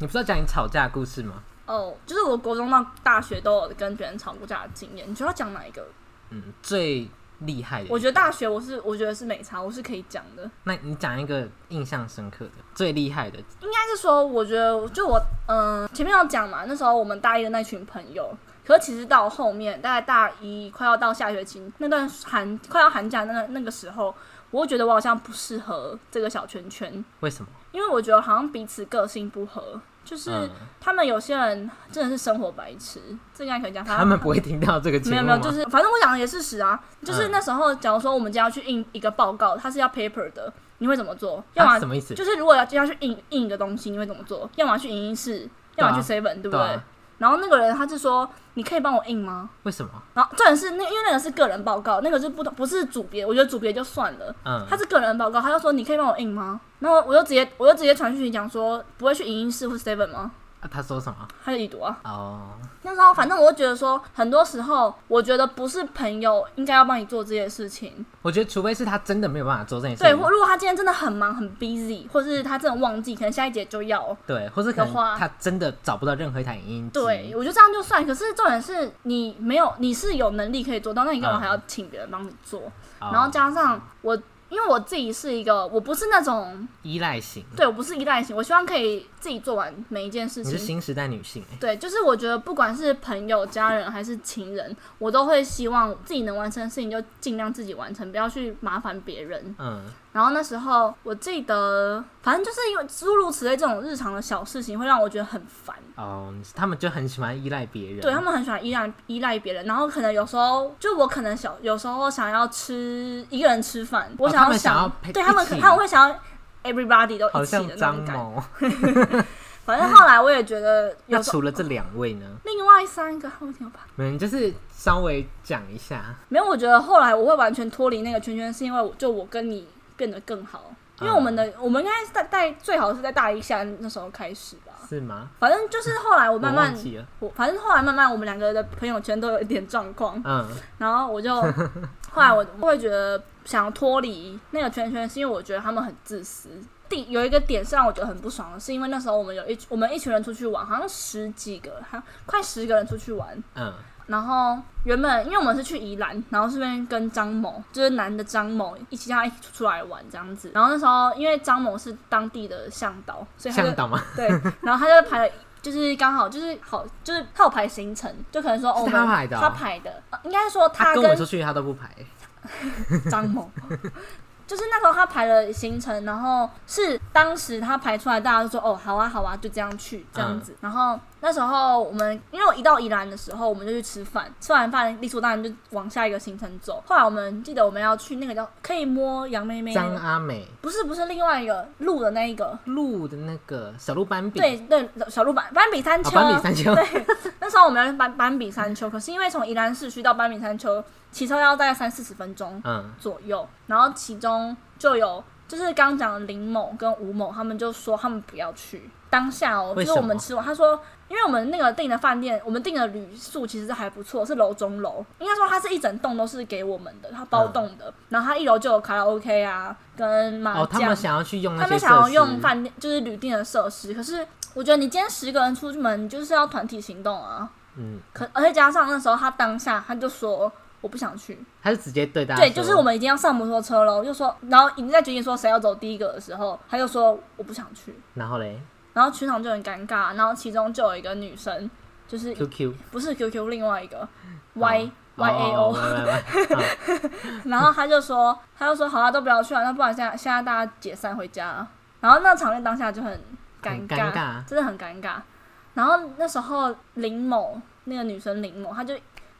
[SPEAKER 2] 你不是要讲你吵架的故事吗？
[SPEAKER 1] 哦，就是我国中到大学都有跟别人吵过架的经验。你觉得要讲哪一个？
[SPEAKER 2] 嗯，最厉害的，
[SPEAKER 1] 我觉得大学我是我觉得是没差，我是可以讲的。
[SPEAKER 2] 那你讲一个印象深刻的，最厉害的，
[SPEAKER 1] 应该是说，我觉得就我嗯、前面有讲嘛，那时候我们大一的那群朋友，可是其实到后面大概大一快要到下学期那段寒快要寒假那个那个时候，我会觉得我好像不适合这个小圈圈，
[SPEAKER 2] 为什么？
[SPEAKER 1] 因为我觉得好像彼此个性不合，就是
[SPEAKER 2] 嗯，
[SPEAKER 1] 他们有些人真的是生活白痴，这应该可以讲。反正
[SPEAKER 2] 他们不会听到这个节
[SPEAKER 1] 没
[SPEAKER 2] 目
[SPEAKER 1] 有
[SPEAKER 2] 吗？啊
[SPEAKER 1] 没有，就是反正我讲的也是实啊，就是
[SPEAKER 2] 嗯
[SPEAKER 1] 那时候假如说我们今天要去印一个报告，它是要 paper 的，你会怎么做？要
[SPEAKER 2] 啊、
[SPEAKER 1] 么
[SPEAKER 2] 什么意思？
[SPEAKER 1] 就是如果要要去印印一个东西，你会怎么做？要么去影音室，
[SPEAKER 2] 对
[SPEAKER 1] 要
[SPEAKER 2] 啊
[SPEAKER 1] 么去 seven，对不
[SPEAKER 2] 对
[SPEAKER 1] 对
[SPEAKER 2] 啊？
[SPEAKER 1] 然后那个人他就说：“你可以帮我印吗
[SPEAKER 2] 为什么？”
[SPEAKER 1] 然后重点是那因为那个是个人报告，那个是不同不是组别，我觉得组别就算了，
[SPEAKER 2] 嗯，
[SPEAKER 1] 他是个人报告，他就说：“你可以帮我印吗？”然后我就直接我就直接传讯息讲说：“不会去影音室或 seven 吗
[SPEAKER 2] 啊他说什么？？”
[SPEAKER 1] 他就已读啊。
[SPEAKER 2] 哦，
[SPEAKER 1] 那时候反正我就觉得说，很多时候我觉得不是朋友应该要帮你做这些事情，
[SPEAKER 2] 我觉得除非是他真的没有办法做这件事
[SPEAKER 1] 对，
[SPEAKER 2] 情，
[SPEAKER 1] 或如果他今天真的很忙很 busy，或是他真的忘记，可能下一节就要。
[SPEAKER 2] 对，或是可
[SPEAKER 1] 的话
[SPEAKER 2] 能他真的找不到任何一台影音机
[SPEAKER 1] 对，，我觉得这样就算。可是重点是你没有，你是有能力可以做到，那你干嘛
[SPEAKER 2] 嗯
[SPEAKER 1] 还要请别人帮你做？
[SPEAKER 2] 哦
[SPEAKER 1] 然后加上我，因为我自己是一个，我不是那种，
[SPEAKER 2] 依赖型，
[SPEAKER 1] 对我不是依赖型，我希望可以自己做完每一件事
[SPEAKER 2] 你是
[SPEAKER 1] 情。
[SPEAKER 2] 新时代女性欸
[SPEAKER 1] 对，就是我觉得不管是朋友、家人还是情人，我都会希望自己能完成的事情就尽量自己完成，不要去麻烦别人。
[SPEAKER 2] 嗯，
[SPEAKER 1] 然后那时候我记得，反正就是因为诸如此类这种日常的小事情，会让我觉得很烦。
[SPEAKER 2] 哦，他们就很喜欢依赖别人。哦
[SPEAKER 1] 对他们很喜欢依赖依赖别人，然后可能有时候就我可能想有时候想要吃一个人吃饭，我
[SPEAKER 2] 哦他
[SPEAKER 1] 想要
[SPEAKER 2] 们想
[SPEAKER 1] 想、
[SPEAKER 2] 要陪
[SPEAKER 1] 对他们
[SPEAKER 2] 一
[SPEAKER 1] 可
[SPEAKER 2] 起
[SPEAKER 1] 他们会想要 everybody 都
[SPEAKER 2] 好
[SPEAKER 1] 一起
[SPEAKER 2] 像
[SPEAKER 1] 的那
[SPEAKER 2] 张
[SPEAKER 1] 种感觉。
[SPEAKER 2] 某。
[SPEAKER 1] 反正后来我也觉得有
[SPEAKER 2] 那
[SPEAKER 1] 时候
[SPEAKER 2] 除了这两位呢？
[SPEAKER 1] 另外三个后天吧，
[SPEAKER 2] 我们就是稍微讲一下，
[SPEAKER 1] 没有，我觉得后来我会完全脱离那个圈圈，是因为我就我跟你变得更好，因为我们的、
[SPEAKER 2] 嗯
[SPEAKER 1] 我们应该是在在最好是在大一下那时候开始吧。
[SPEAKER 2] 是吗？
[SPEAKER 1] 反正就是后来我
[SPEAKER 2] 我
[SPEAKER 1] 慢慢
[SPEAKER 2] 忘，记了。
[SPEAKER 1] 我反正后来慢慢我们两个的朋友圈都有一点状况，
[SPEAKER 2] 嗯，
[SPEAKER 1] 然后我就后来我 会觉得想脱离那个圈圈，是因为我觉得他们很自私。第有一个点是让我觉得很不爽的，是因为那时候我们有一我们一群人出去玩，好像十几个，还快十个人出去玩，
[SPEAKER 2] 嗯，
[SPEAKER 1] 然后原本因为我们是去宜兰，然后顺便跟张某，就是男的张某一起叫他一起出来玩这样子。然后那时候因为张某是当地的向导，所以他就
[SPEAKER 2] 向导吗？
[SPEAKER 1] 对，然后他就排了。就是刚好就是好就是他有排行程，就可能说哦
[SPEAKER 2] 是他
[SPEAKER 1] 我们
[SPEAKER 2] 排的哦
[SPEAKER 1] 他排的，呃应该说
[SPEAKER 2] 他
[SPEAKER 1] 他
[SPEAKER 2] 啊跟我
[SPEAKER 1] 跟
[SPEAKER 2] 出去，他都不排。
[SPEAKER 1] 张某， 就是那时候他排了行程，然后是当时他排出来，大家都说哦，好啊，好啊，就这样去这样
[SPEAKER 2] 嗯
[SPEAKER 1] 子。然后那时候我们因为我一到宜兰的时候，我们就去吃饭，吃完饭理所当然就往下一个行程走。后来我们记得我们要去那个叫可以摸杨妹妹，
[SPEAKER 2] 张阿美
[SPEAKER 1] 不是不是另外一个路的那一个，
[SPEAKER 2] 鹿的那个小鹿斑比，
[SPEAKER 1] 对对，小鹿斑斑比山
[SPEAKER 2] 啊，
[SPEAKER 1] 丘，
[SPEAKER 2] 斑比三 丘，
[SPEAKER 1] 对，那时候我们要去斑斑比山丘，可是因为从宜兰市区到斑比山丘骑车要大概三四十分钟，
[SPEAKER 2] 嗯，
[SPEAKER 1] 左右，然后其中就有就是刚讲的林某跟吴某，他们就说他们不要去。当下哦，
[SPEAKER 2] 为
[SPEAKER 1] 就
[SPEAKER 2] 什
[SPEAKER 1] 是我
[SPEAKER 2] 么
[SPEAKER 1] 们吃完，他说，因为我们那个订的饭店，我们订的旅宿其实还不错，是楼中楼，应该说它是一整栋都是给我们的，它包栋的。然后它一楼就有卡拉 OK 啊，跟麻
[SPEAKER 2] 哦，他
[SPEAKER 1] 将、
[SPEAKER 2] 们想要去用那
[SPEAKER 1] 他
[SPEAKER 2] 些
[SPEAKER 1] 们
[SPEAKER 2] 设施，
[SPEAKER 1] 想要用饭店就是旅店的设施，可是我觉得你今天十个人出门，你就是要团体行动啊。
[SPEAKER 2] 嗯，
[SPEAKER 1] 可而且加上那时候他当下他就说我不想去，
[SPEAKER 2] 他是直接对大家
[SPEAKER 1] 对，就
[SPEAKER 2] 说
[SPEAKER 1] 是我们已经要上摩托车了，我就说，然后已经在决定说谁要走第一个的时候，他就说我不想去，
[SPEAKER 2] 然后嘞
[SPEAKER 1] 然后全场就很尴尬，然后其中就有一个女生，就是
[SPEAKER 2] ，QQ
[SPEAKER 1] 不是 QQ 另外一个 Y、Y A O，、
[SPEAKER 2] 哦喂 喂喂啊
[SPEAKER 1] 然后他就说，他就说好啊，都不要去了，那不然现在现在大家解散回家啊、然后那场面当下就很尴
[SPEAKER 2] 很尴尬
[SPEAKER 1] 真的很尴尬。然后那时候林某那个女生林某，她就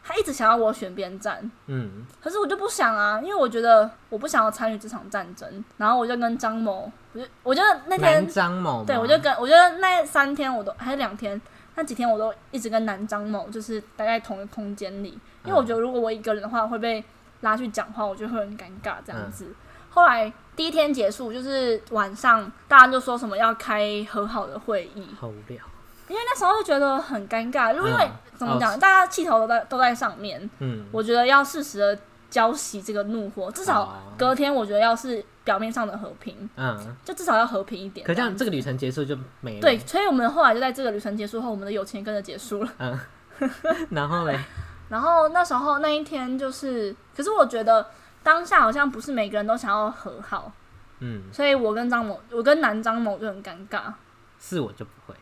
[SPEAKER 1] 她一直想要我选边站，
[SPEAKER 2] 嗯，
[SPEAKER 1] 可是我就不想啊，因为我觉得我不想要参与这场战争。然后我就跟张某，我就我就那
[SPEAKER 2] 男
[SPEAKER 1] 天，
[SPEAKER 2] 张某嘛，
[SPEAKER 1] 对我就跟我觉得那三天我都还是两天，那几天我都一直跟男张某就是待在同一个空间里，因为我觉得如果我一个人的话会被拉去讲话，我就会很尴尬这样
[SPEAKER 2] 嗯
[SPEAKER 1] 子。后来第一天结束，就是晚上大家就说什么要开和好的会议，
[SPEAKER 2] 好无聊，
[SPEAKER 1] 因为那时候就觉得很尴尬，因为、
[SPEAKER 2] 嗯
[SPEAKER 1] 怎么
[SPEAKER 2] 哦
[SPEAKER 1] 讲，大家气头都在都在上面，
[SPEAKER 2] 嗯，
[SPEAKER 1] 我觉得要适时的浇熄这个怒火，至少
[SPEAKER 2] 哦
[SPEAKER 1] 隔天我觉得要是表面上的和平，
[SPEAKER 2] 嗯，
[SPEAKER 1] 就至少要和平一点。
[SPEAKER 2] 可这样这个旅程结束就没了，
[SPEAKER 1] 对，，所以我们后来就在这个旅程结束后，我们的友情也跟着结束 了。
[SPEAKER 2] 嗯，然后嘞，
[SPEAKER 1] 然后那时候那一天就是，可是我觉得当下好像不是每个人都想要和好，
[SPEAKER 2] 嗯，
[SPEAKER 1] 所以我跟张某，我跟男张某就很尴尬。
[SPEAKER 2] 是我就不会，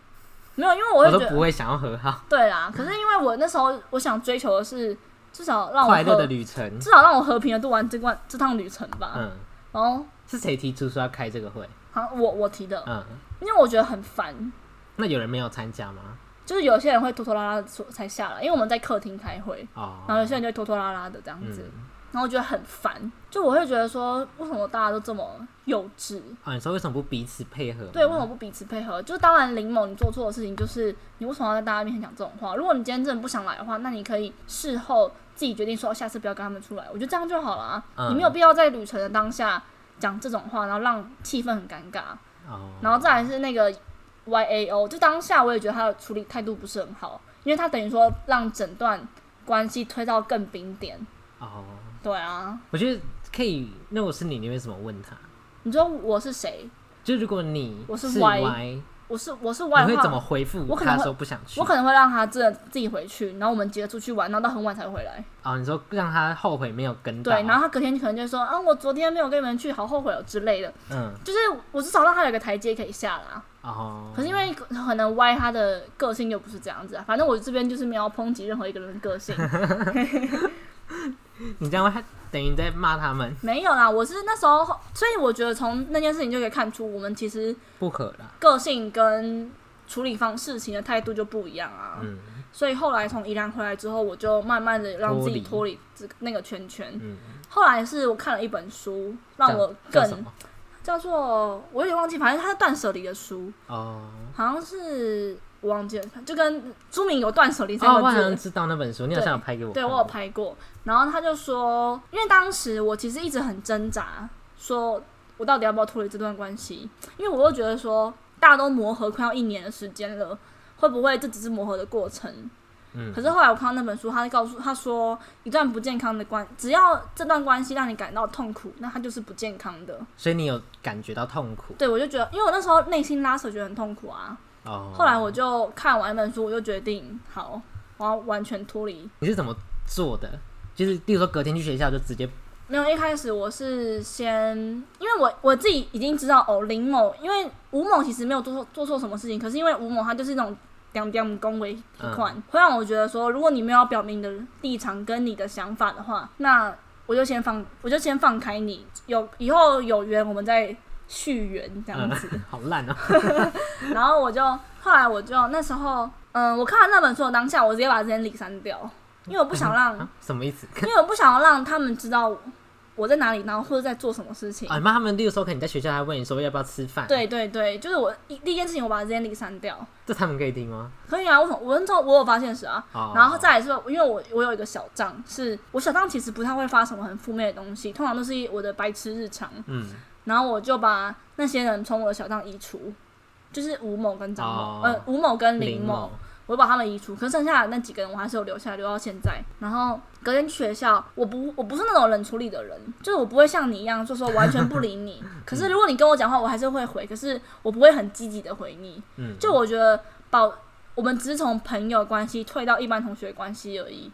[SPEAKER 1] 没有，因为我
[SPEAKER 2] 我
[SPEAKER 1] 会
[SPEAKER 2] 都
[SPEAKER 1] 觉
[SPEAKER 2] 不
[SPEAKER 1] 得
[SPEAKER 2] 会想要和好，
[SPEAKER 1] 对啦。可是因为我那时候我想追求的是至少让我
[SPEAKER 2] 快乐的
[SPEAKER 1] 和
[SPEAKER 2] 旅程，
[SPEAKER 1] 至少让我和平的度完这段这趟旅程吧。
[SPEAKER 2] 嗯，
[SPEAKER 1] 然后
[SPEAKER 2] 是谁提出说要开这个会？
[SPEAKER 1] 好像我我提的，
[SPEAKER 2] 嗯，
[SPEAKER 1] 因为我觉得很烦，
[SPEAKER 2] 那有人没有参加吗？
[SPEAKER 1] 就是有些人会拖拖拉拉的说才下来，因为我们在客厅开会，
[SPEAKER 2] 哦，
[SPEAKER 1] 然后有些人就会拖拖拉拉的这样子，
[SPEAKER 2] 嗯，
[SPEAKER 1] 然后我觉得很烦，就我会觉得说，为什么大家都这么幼稚？
[SPEAKER 2] 哦，你说为什么不彼此配合？
[SPEAKER 1] 对，为什么不彼此配合？就当然，林某你做错的事情就是你为什么要在大家面前讲这种话？如果你今天真的不想来的话，那你可以事后自己决定说，哦下次不要跟他们出来。我觉得这样就好了啊，
[SPEAKER 2] 嗯
[SPEAKER 1] 你没有必要在旅程的当下讲这种话，然后让气氛很尴尬。
[SPEAKER 2] 哦，
[SPEAKER 1] 然后再来是那个 YAO，就当下我也觉得他的处理态度不是很好，因为他等于说让整段关系推到更冰点。
[SPEAKER 2] 哦，
[SPEAKER 1] 对啊，
[SPEAKER 2] 我觉得可以。那我是你，你会怎么问他？
[SPEAKER 1] 你说我是谁？
[SPEAKER 2] 就如果你
[SPEAKER 1] 我是
[SPEAKER 2] 是
[SPEAKER 1] Y，
[SPEAKER 2] Y，
[SPEAKER 1] 我是我是外
[SPEAKER 2] 你会怎么
[SPEAKER 1] 号，
[SPEAKER 2] 回复
[SPEAKER 1] 我可能
[SPEAKER 2] 他
[SPEAKER 1] 会
[SPEAKER 2] 说不想去？
[SPEAKER 1] 我可能会让他真的自己回去，然后我们接着出去玩，然后到很晚才回来。
[SPEAKER 2] 哦，你说让他后悔没有跟到，
[SPEAKER 1] 对，然后他隔天可能就说啊，我昨天没有跟你们去，好后悔哦之类的。
[SPEAKER 2] 嗯，
[SPEAKER 1] 就是我至少让他有个台阶可以下啦。
[SPEAKER 2] 哦，
[SPEAKER 1] 可是因为可能 Y 他的个性就不是这样子啊，反正我这边就是没有抨击任何一个人的个性。
[SPEAKER 2] 你这样会害等于在骂他们，
[SPEAKER 1] 没有啦，我是那时候，所以我觉得从那件事情就可以看出，我们其实
[SPEAKER 2] 不可啦。
[SPEAKER 1] 个性跟处理方事情的态度就不一样啊。
[SPEAKER 2] 嗯
[SPEAKER 1] 所以后来从宜兰回来之后，我就慢慢的让自己
[SPEAKER 2] 脱
[SPEAKER 1] 脱离这个那个圈圈。
[SPEAKER 2] 嗯，
[SPEAKER 1] 后来是我看了一本书，让我
[SPEAKER 2] 叫叫什
[SPEAKER 1] 更
[SPEAKER 2] 么
[SPEAKER 1] 叫做我有点忘记，反正它是断舍离的书，
[SPEAKER 2] 哦
[SPEAKER 1] 好像是我忘记了，就跟书名有断舍离三
[SPEAKER 2] 哦，我
[SPEAKER 1] 个
[SPEAKER 2] 好像
[SPEAKER 1] 字。
[SPEAKER 2] 知道那本书，你好像有拍给我看
[SPEAKER 1] 对
[SPEAKER 2] 过，
[SPEAKER 1] 我有拍过，然后他就说，因为当时我其实一直很挣扎，说我到底要不要脱离这段关系，因为我又觉得说大家都磨合快要一年的时间了，会不会这只是磨合的过程？
[SPEAKER 2] 嗯
[SPEAKER 1] 可是后来我看到那本书，他告诉他说，一段不健康的关，只要这段关系让你感到痛苦，那它就是不健康的。
[SPEAKER 2] 所以你有感觉到痛苦
[SPEAKER 1] 对我就觉得，因为我那时候内心拉扯觉得很痛苦啊。
[SPEAKER 2] 哦。
[SPEAKER 1] 后来我就看完那本书，我就决定，好，我要完全脱离
[SPEAKER 2] 你是怎么做的？就是，例如说隔天去学校就直接
[SPEAKER 1] 没有，一开始我是先，因为我我自己已经知道哦，林某，因为吴某其实没有做错做错什么事情，可是因为吴某他就是那种两两恭维一款，会让我觉得说，如果你没有要表明你的立场跟你的想法的话，那我就先放，我就先放开你，有以后有缘我们再续缘这样子。
[SPEAKER 2] 好烂哦、
[SPEAKER 1] 然后我就后来我就那时候，嗯，我看完那本书的当下，我直接把这件理删掉，因为我不想 让。
[SPEAKER 2] 啊什么意思？
[SPEAKER 1] 因为我不想要让他们知道我在哪里，然后或者在做什么事情。
[SPEAKER 2] 啊，那他们例如说，可能你在学校还问你说要不要吃饭，，
[SPEAKER 1] 对对对，就是我一第一件事情，我把这件 link 删掉。
[SPEAKER 2] 这他们可以听吗？
[SPEAKER 1] 可以啊，我从我那时候我有发现是啊，
[SPEAKER 2] 哦
[SPEAKER 1] 然后再来是，因为我我有一个小账，是我小账其实不太会发什么很负面的东西，通常都是我的白痴日常。
[SPEAKER 2] 嗯，
[SPEAKER 1] 然后我就把那些人从我的小账移除，就是吴某跟张某，
[SPEAKER 2] 哦
[SPEAKER 1] 呃，吴某跟林
[SPEAKER 2] 林
[SPEAKER 1] 某，
[SPEAKER 2] 某，
[SPEAKER 1] 我把他们移除，可是剩下的那几个人我还是有留下来，留到现在。然后隔天去学校，我不我不是那种冷处理的人，就是我不会像你一样，就说完全不理你。可是如果你跟我讲话，我还是会回，可是我不会很积极的回你。
[SPEAKER 2] 嗯，
[SPEAKER 1] 就我觉得保我们只是从朋友关系退到一般同学关系而已，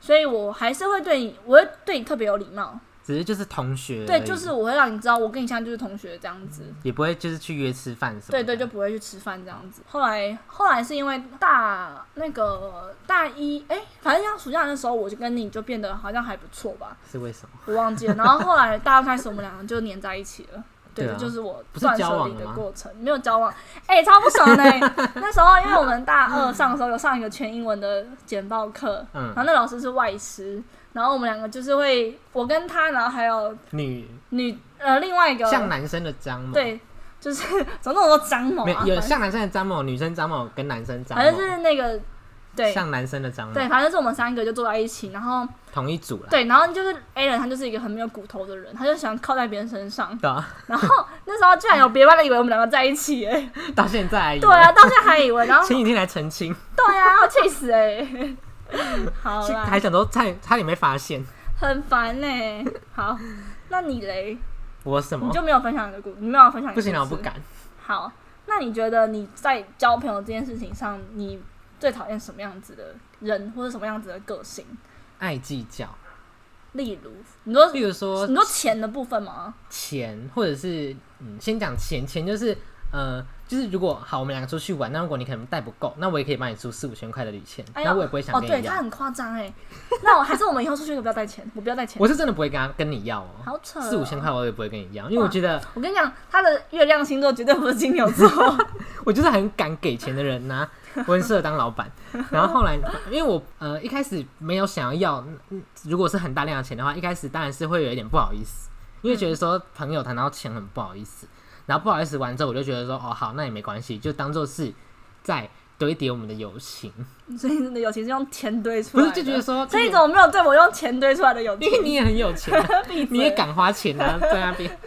[SPEAKER 1] 所以我还是会对你，我会对你特别有礼貌。
[SPEAKER 2] 只是就是同学而已，
[SPEAKER 1] 对，就是我会让你知道我跟你现在就是同学这样子。
[SPEAKER 2] 也不会就是去约吃饭什么的，
[SPEAKER 1] 对对，就不会去吃饭这样子。后来后来是因为大那个大一，哎、反正像暑假那时候，我就跟你就变得好像还不错吧，
[SPEAKER 2] 是为什么？
[SPEAKER 1] 我忘 记了。然后后来大二开始，我们两个就黏在一起了。对，
[SPEAKER 2] 对啊
[SPEAKER 1] 这就是我
[SPEAKER 2] 不是
[SPEAKER 1] 断
[SPEAKER 2] 交
[SPEAKER 1] 舍
[SPEAKER 2] 往
[SPEAKER 1] 离的
[SPEAKER 2] 了吗
[SPEAKER 1] 过程，没有交往，哎、超不爽的、 那时候因为我们大二上的时候有上一个全英文的简报课，
[SPEAKER 2] 嗯
[SPEAKER 1] 然后那老师是外师，然后我们两个就是会，我跟他，然后还有
[SPEAKER 2] 女
[SPEAKER 1] 女呃另外一个，
[SPEAKER 2] 像男生的张某，，
[SPEAKER 1] 对，就是怎么那么多张某
[SPEAKER 2] 没
[SPEAKER 1] 啊，
[SPEAKER 2] 有有像男生的张某，女生张某跟男生张
[SPEAKER 1] 反正
[SPEAKER 2] 某，
[SPEAKER 1] 是那个，对
[SPEAKER 2] 像男生的张某，
[SPEAKER 1] 对，反正是我们三个就坐在一起，然后
[SPEAKER 2] 同一组了，
[SPEAKER 1] 对，然后就是 A 人他就是一个很没有骨头的人，他就喜欢靠在别人身上，
[SPEAKER 2] 对啊，
[SPEAKER 1] 然后那时候居然有别班的以为我们两个在一起、哎，
[SPEAKER 2] 到现在还以为
[SPEAKER 1] 对啊，，到现在还以为，然后
[SPEAKER 2] 前几天来澄清，
[SPEAKER 1] 对啊，我气死哎、好啦
[SPEAKER 2] 还，想说差点差点没发现
[SPEAKER 1] 很烦呢、好，那你嘞，
[SPEAKER 2] 我什
[SPEAKER 1] 你
[SPEAKER 2] 么，
[SPEAKER 1] 就没有分享你的故，你没有分享你的
[SPEAKER 2] 不行了，啊我
[SPEAKER 1] 故
[SPEAKER 2] 不
[SPEAKER 1] 事。
[SPEAKER 2] 敢。
[SPEAKER 1] 好，那你觉得你在交朋友这件事情上，你最讨厌什么样子的人，或者什么样子的个性？
[SPEAKER 2] 爱计较，
[SPEAKER 1] 例如，你说
[SPEAKER 2] 例如说
[SPEAKER 1] 你说钱的部分吗？
[SPEAKER 2] 钱，或者是嗯，先讲钱，钱就是呃，就是如果好，我们两个出去玩，那如果你可能带不够，那我也可以帮你出四五千块的旅钱，
[SPEAKER 1] 哎
[SPEAKER 2] 那、
[SPEAKER 1] 呀
[SPEAKER 2] 我也不会想
[SPEAKER 1] 哦，
[SPEAKER 2] 跟
[SPEAKER 1] 对
[SPEAKER 2] 你
[SPEAKER 1] 他
[SPEAKER 2] 要，
[SPEAKER 1] 很夸张哎。那我还是我们以后出去都不要带钱，我不要带钱，
[SPEAKER 2] 我是真的不会跟他跟你要哦，
[SPEAKER 1] 好扯哦
[SPEAKER 2] 四五千块我也不会跟你要，因为我觉得
[SPEAKER 1] 我跟你讲，他的月亮星座绝对不是金牛座。
[SPEAKER 2] 我就是很敢给钱的人呐、我很适合当老板。然后后来，因为我呃一开始没有想要要，嗯如果是很大量的钱的话，一开始当然是会有一点不好意思，因为觉得说朋友谈到钱很不好意思。然后不好意思完之后，我就觉得说哦好，那也没关系，就当做是在堆叠我们的友情。
[SPEAKER 1] 所以真的友情是用钱堆出
[SPEAKER 2] 不
[SPEAKER 1] 来
[SPEAKER 2] 是
[SPEAKER 1] 的，
[SPEAKER 2] 就觉得说，哦
[SPEAKER 1] 所以你怎么没有对我用钱堆出来的友情
[SPEAKER 2] 因？为你也很有钱、啊，
[SPEAKER 1] 闭嘴
[SPEAKER 2] 你也敢花钱啊，在那边。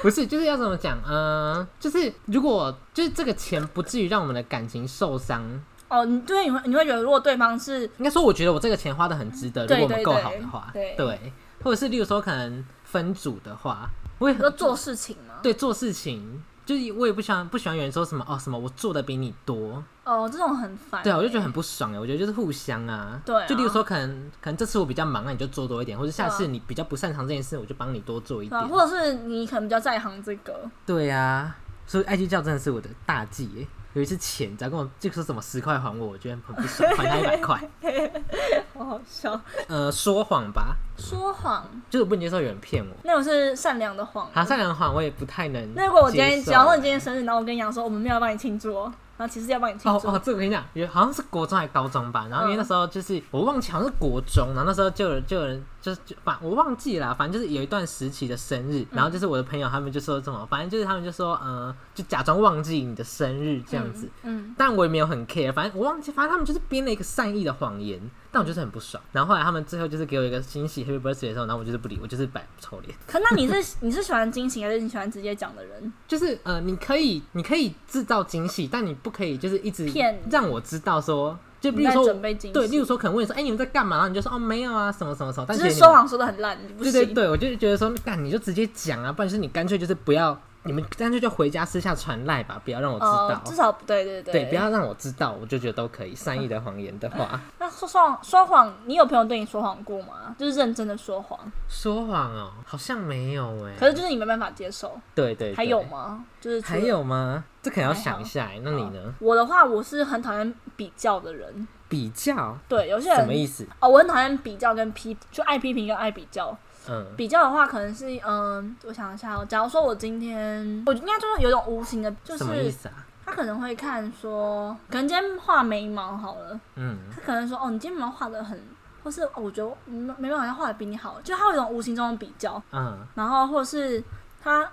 [SPEAKER 2] 不是，就是要怎么讲？嗯、就是如果就是这个钱不至于让我们的感情受伤，
[SPEAKER 1] 哦，你对你会你会觉得，如果对方是
[SPEAKER 2] 应该说，我觉得我这个钱花的很值得，如
[SPEAKER 1] 对
[SPEAKER 2] 果我们
[SPEAKER 1] 对
[SPEAKER 2] 够
[SPEAKER 1] 对
[SPEAKER 2] 好的话，
[SPEAKER 1] 对
[SPEAKER 2] 或者是例如说可能分组的话，我也
[SPEAKER 1] 说
[SPEAKER 2] 很
[SPEAKER 1] 做事情吗？
[SPEAKER 2] 对做事情，就是我也不喜欢不喜欢有人说什么哦什么我做的比你多，
[SPEAKER 1] 哦，这种很烦。
[SPEAKER 2] 对啊，我就觉得很不爽哎，我觉得就是互相啊，
[SPEAKER 1] 对啊
[SPEAKER 2] 就例如说可能可能这次我比较忙，那你就做多一点，或者下
[SPEAKER 1] 对
[SPEAKER 2] 次
[SPEAKER 1] 啊
[SPEAKER 2] 你比较不擅长这件事，我就帮你多做一
[SPEAKER 1] 是吧
[SPEAKER 2] 点，
[SPEAKER 1] 或者是你可能比较在行这个，
[SPEAKER 2] 对啊，所以爱计较真的是我的大忌耶，有一次钱，只要跟我就说什么十块还我，我觉得很不爽，还他一百 块。
[SPEAKER 1] 好好笑。
[SPEAKER 2] 呃，说谎吧，
[SPEAKER 1] 说谎，
[SPEAKER 2] 就是我不能接受有人骗我。
[SPEAKER 1] 那种是善良的谎。
[SPEAKER 2] 好，善良谎我也不太能接受。
[SPEAKER 1] 那如果我今天，假如说你今天生日，然后我跟你讲说我们没有要帮你庆祝哦，然后其实要帮你庆
[SPEAKER 2] 哦
[SPEAKER 1] 祝，
[SPEAKER 2] 哦，这个我跟你讲，有好像是国中还是高中吧。然后
[SPEAKER 1] 嗯
[SPEAKER 2] 因为那时候就是、我忘记，好像是国中，然后那时候就有人就有人就是就反我忘记了，反正就是有一段时期的生日，
[SPEAKER 1] 嗯
[SPEAKER 2] 然后就是我的朋友他们就说什么，反正就是他们就说，嗯、呃，就假装忘记你的生日这样子。
[SPEAKER 1] 嗯，
[SPEAKER 2] 但我也没有很 care，反正我忘记，反正他们就是编了一个善意的谎言，但我就是很不爽。然后后来他们最后就是给我一个惊喜 Happy Birthday 的时候，然后我就是不理，我就是摆臭脸。
[SPEAKER 1] 可那你是 你是喜欢惊喜还是你喜欢直接讲的人？
[SPEAKER 2] 就是呃，你可以你可以制造惊喜，但你不可以就是一直
[SPEAKER 1] 骗
[SPEAKER 2] 让我知道说，就比
[SPEAKER 1] 你
[SPEAKER 2] 如
[SPEAKER 1] 在
[SPEAKER 2] 说
[SPEAKER 1] 准备惊喜
[SPEAKER 2] 对，例如说可能问你说，哎、你们在干嘛？然后你就说哦没有啊，什么什么什么，但
[SPEAKER 1] 只
[SPEAKER 2] 其实
[SPEAKER 1] 是
[SPEAKER 2] 你
[SPEAKER 1] 说谎说的很烂，你不
[SPEAKER 2] 对
[SPEAKER 1] 行。
[SPEAKER 2] 对对，我就是觉得说，干你就直接讲啊，不然就是你干脆就是不要，你们干脆就回家私下传赖吧，不要让我知
[SPEAKER 1] 哦
[SPEAKER 2] 道，，
[SPEAKER 1] 至少对对对
[SPEAKER 2] 对，不。要让我知道，我就觉得都可以，善意的谎言的话。
[SPEAKER 1] 那说说谎说谎，你有朋友对你说谎过吗？就是认真的说谎，
[SPEAKER 2] 说谎哦，好像没有哎、
[SPEAKER 1] 可是就是你没办法接受。
[SPEAKER 2] 对对对，
[SPEAKER 1] 还有？吗？就是除了
[SPEAKER 2] 还有吗？这可能要想一下、欸。那你呢？
[SPEAKER 1] 我的话，我是很讨厌比较的人。
[SPEAKER 2] 比较
[SPEAKER 1] 对，有些
[SPEAKER 2] 什么
[SPEAKER 1] 人
[SPEAKER 2] 意思？
[SPEAKER 1] 哦，我很讨厌比较跟批，就爱批评跟爱比较。
[SPEAKER 2] 嗯，
[SPEAKER 1] 比较的话，可能是嗯，我想一下哦。假如说我今天，我应该就是有一种无形的，就
[SPEAKER 2] 什么意
[SPEAKER 1] 是
[SPEAKER 2] 思啊？
[SPEAKER 1] 他可能会看说，可能今天画眉毛好了，
[SPEAKER 2] 嗯，
[SPEAKER 1] 他可能说哦，你今天眉毛画的很，或是、哦、我觉得眉眉毛好像画的比你好，就他会有一种无形中的比较，
[SPEAKER 2] 嗯，
[SPEAKER 1] 然后或是他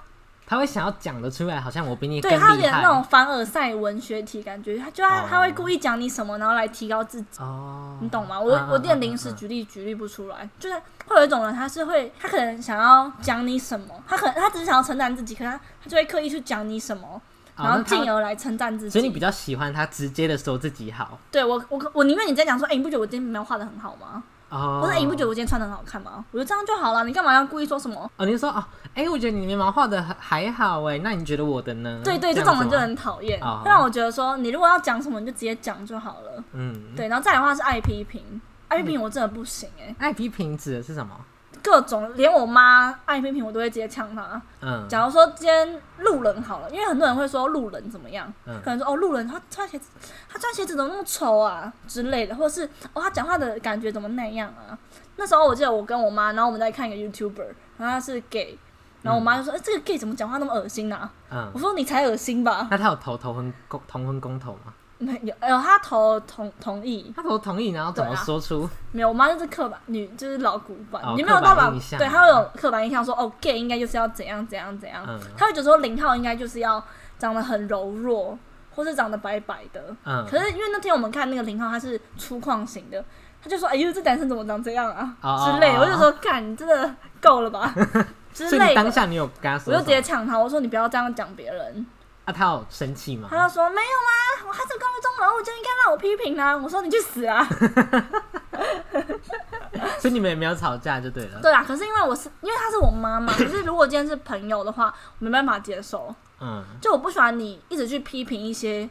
[SPEAKER 2] 他会想要讲得出来，好像我比你更
[SPEAKER 1] 对他有
[SPEAKER 2] 厉
[SPEAKER 1] 点
[SPEAKER 2] 害
[SPEAKER 1] 那种凡尔赛文学体感觉，他就他、
[SPEAKER 2] 哦
[SPEAKER 1] 他会故意讲你什么，然后来提高自己。
[SPEAKER 2] 哦，
[SPEAKER 1] 你懂吗？我
[SPEAKER 2] 嗯
[SPEAKER 1] 我有点临时
[SPEAKER 2] 嗯嗯
[SPEAKER 1] 举例举例不出来，就是会有一种人，他是会，他可能想要讲你什么，他可能他只是想要称赞自己，可他他就会刻意去讲你什么，
[SPEAKER 2] 哦
[SPEAKER 1] 然后
[SPEAKER 2] 那他
[SPEAKER 1] 进而来称赞自
[SPEAKER 2] 所以你比
[SPEAKER 1] 己。
[SPEAKER 2] 较喜欢他直接的说自己好
[SPEAKER 1] 对我我我宁愿你在讲说，哎、你不觉得我今天眉毛画的很好吗？
[SPEAKER 2] 哦，
[SPEAKER 1] 或者哎、你不觉得我今天穿的很好看吗？我觉得这样就好了，你干嘛要故意说什么？
[SPEAKER 2] 哦，你就说哦，哎、我觉得你眉毛画的还好哎，那你觉得我的呢？
[SPEAKER 1] 对对，这
[SPEAKER 2] 嗯样
[SPEAKER 1] 种
[SPEAKER 2] 子
[SPEAKER 1] 人就
[SPEAKER 2] 吗
[SPEAKER 1] 很讨厌，
[SPEAKER 2] 哦
[SPEAKER 1] 会让我觉得说，你如果要讲什么，你就直接讲就好了。
[SPEAKER 2] 嗯，
[SPEAKER 1] 对，然后再来的话是爱批评，爱批评我真的不行哎、
[SPEAKER 2] 爱批评指的是什么？
[SPEAKER 1] 各种连我妈爱批评我都会直接呛她。
[SPEAKER 2] 嗯，
[SPEAKER 1] 假如说今天路人好了，因为很多人会说路人怎么样，
[SPEAKER 2] 嗯
[SPEAKER 1] 可能说哦路人他穿鞋子，他穿鞋子怎么那么丑啊之类的，或者是哦他讲话的感觉怎么那样啊？那时候我记得我跟我妈，然后我们在看一个 YouTuber，然后他是 gay，然后我妈就说、哎，这个 gay 怎么讲话那么恶心啊？我
[SPEAKER 2] 嗯，
[SPEAKER 1] 说你才恶心吧，
[SPEAKER 2] 那他有投投婚公同婚公投吗？
[SPEAKER 1] 没有，呃他投同同意，
[SPEAKER 2] 他投同意，然后怎么
[SPEAKER 1] 对啊
[SPEAKER 2] 说出？
[SPEAKER 1] 没有，我妈就是刻板女，就是老古板，
[SPEAKER 2] 哦
[SPEAKER 1] 你没有到
[SPEAKER 2] 刻板
[SPEAKER 1] 老
[SPEAKER 2] 印，象
[SPEAKER 1] 对，她会有刻板印象说哦，gay 应该就是要怎样怎样怎样，
[SPEAKER 2] 嗯
[SPEAKER 1] 她会觉得说零号应该就是要长得很柔弱，或是长得白白的。
[SPEAKER 2] 嗯，
[SPEAKER 1] 可是因为那天我们看那个零号，他是粗犷型的，他就说哎呦，这男生怎么长这样啊、
[SPEAKER 2] 哦
[SPEAKER 1] 之类，
[SPEAKER 2] 哦
[SPEAKER 1] 我就说干，你真的够了 吧之
[SPEAKER 2] 所以
[SPEAKER 1] 类
[SPEAKER 2] 你当
[SPEAKER 1] 的。
[SPEAKER 2] 下你有跟他
[SPEAKER 1] 我
[SPEAKER 2] 说什么？
[SPEAKER 1] 就直接抢他，我说你不要这样讲别人。
[SPEAKER 2] 啊，他有生气吗？
[SPEAKER 1] 他就说没有啊，我还是高中人物就应该让我批评啊。我说你去死啊！
[SPEAKER 2] 所以你们也没有吵架就对了。
[SPEAKER 1] 对啊，可是因为我是因为她是我妈妈， 可是如果今天是朋友的话，我没办法接受。
[SPEAKER 2] 嗯，
[SPEAKER 1] 就我不喜欢你一直去批评一些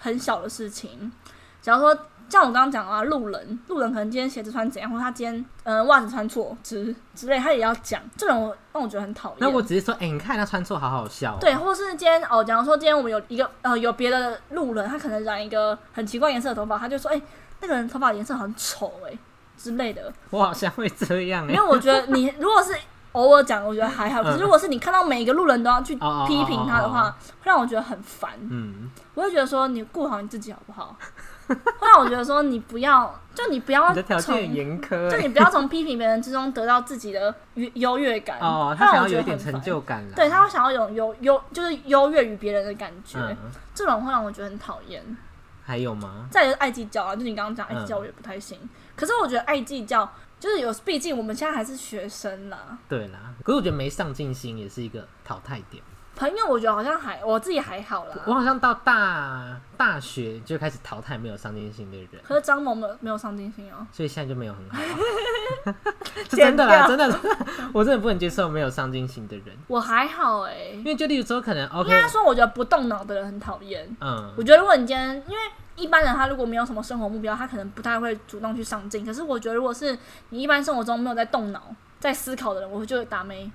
[SPEAKER 1] 很小的事情，假如说像我刚刚讲的啊，路人路人可能今天鞋子穿怎样，或者他今天嗯袜、子穿错之之类，他也要讲。这种我让我觉得很讨厌。
[SPEAKER 2] 那我只是说，哎、你看他穿错，好好笑、哦。
[SPEAKER 1] 对，或是今天哦，假如说今天我们有一个呃有别的路人，他可能染一个很奇怪颜色的头发，他就说哎、那个人头发颜色很丑哎、之类的，
[SPEAKER 2] 我好像会这样、
[SPEAKER 1] 因
[SPEAKER 2] 哎
[SPEAKER 1] 为我觉得你如果是偶尔讲，我觉得还好；可是如果是你看到每一个路人都要去
[SPEAKER 2] 嗯哦
[SPEAKER 1] 批评他的
[SPEAKER 2] 哦哦
[SPEAKER 1] 话，会让我觉得很烦。
[SPEAKER 2] 嗯，
[SPEAKER 1] 我会觉得说你顾好你自己好不好？会让我觉得说你不要，就你不要
[SPEAKER 2] 你的条件
[SPEAKER 1] 从
[SPEAKER 2] 很严苛、
[SPEAKER 1] 就
[SPEAKER 2] 哎
[SPEAKER 1] 你不要从批评别人之中得到自己的优优越感。
[SPEAKER 2] 哦，
[SPEAKER 1] 会
[SPEAKER 2] 他
[SPEAKER 1] 让
[SPEAKER 2] 想
[SPEAKER 1] 啊我
[SPEAKER 2] 要
[SPEAKER 1] 觉
[SPEAKER 2] 有
[SPEAKER 1] 得
[SPEAKER 2] 一点
[SPEAKER 1] 很
[SPEAKER 2] 成
[SPEAKER 1] 烦。
[SPEAKER 2] 就感啦。
[SPEAKER 1] 对他会想要有优优，就是优越于别人的感觉，
[SPEAKER 2] 嗯，
[SPEAKER 1] 这种会让我觉得很讨厌。
[SPEAKER 2] 还有吗？
[SPEAKER 1] 再来就是爱计较啊，就你刚刚讲爱
[SPEAKER 2] 嗯
[SPEAKER 1] 计较，我也不太行。可是我觉得爱计较就是有，毕竟我们现在还是学生啦，
[SPEAKER 2] 对啦，可是我觉得没上进心也是一个淘汰点。
[SPEAKER 1] 朋友，我觉得好像还我自己还好啦。
[SPEAKER 2] 我好像到大大学就开始淘汰没有上进心的人，
[SPEAKER 1] 可是张萌没有没有上进心哦，
[SPEAKER 2] 所以现在就没有很好。啊 是真的啦，真 的，我真的不能接受没有上进心的人，
[SPEAKER 1] 我还好哎、
[SPEAKER 2] 因为就例如说可能 OK，
[SPEAKER 1] 应该说，我觉得不动脑的人很讨厌。
[SPEAKER 2] 嗯
[SPEAKER 1] 我觉得如果你今天，因为一般人他如果没有什么生活目标，他可能不太会主动去上进。可是我觉得，如果是你一般生活中没有在动脑、在思考的人，我就会打没，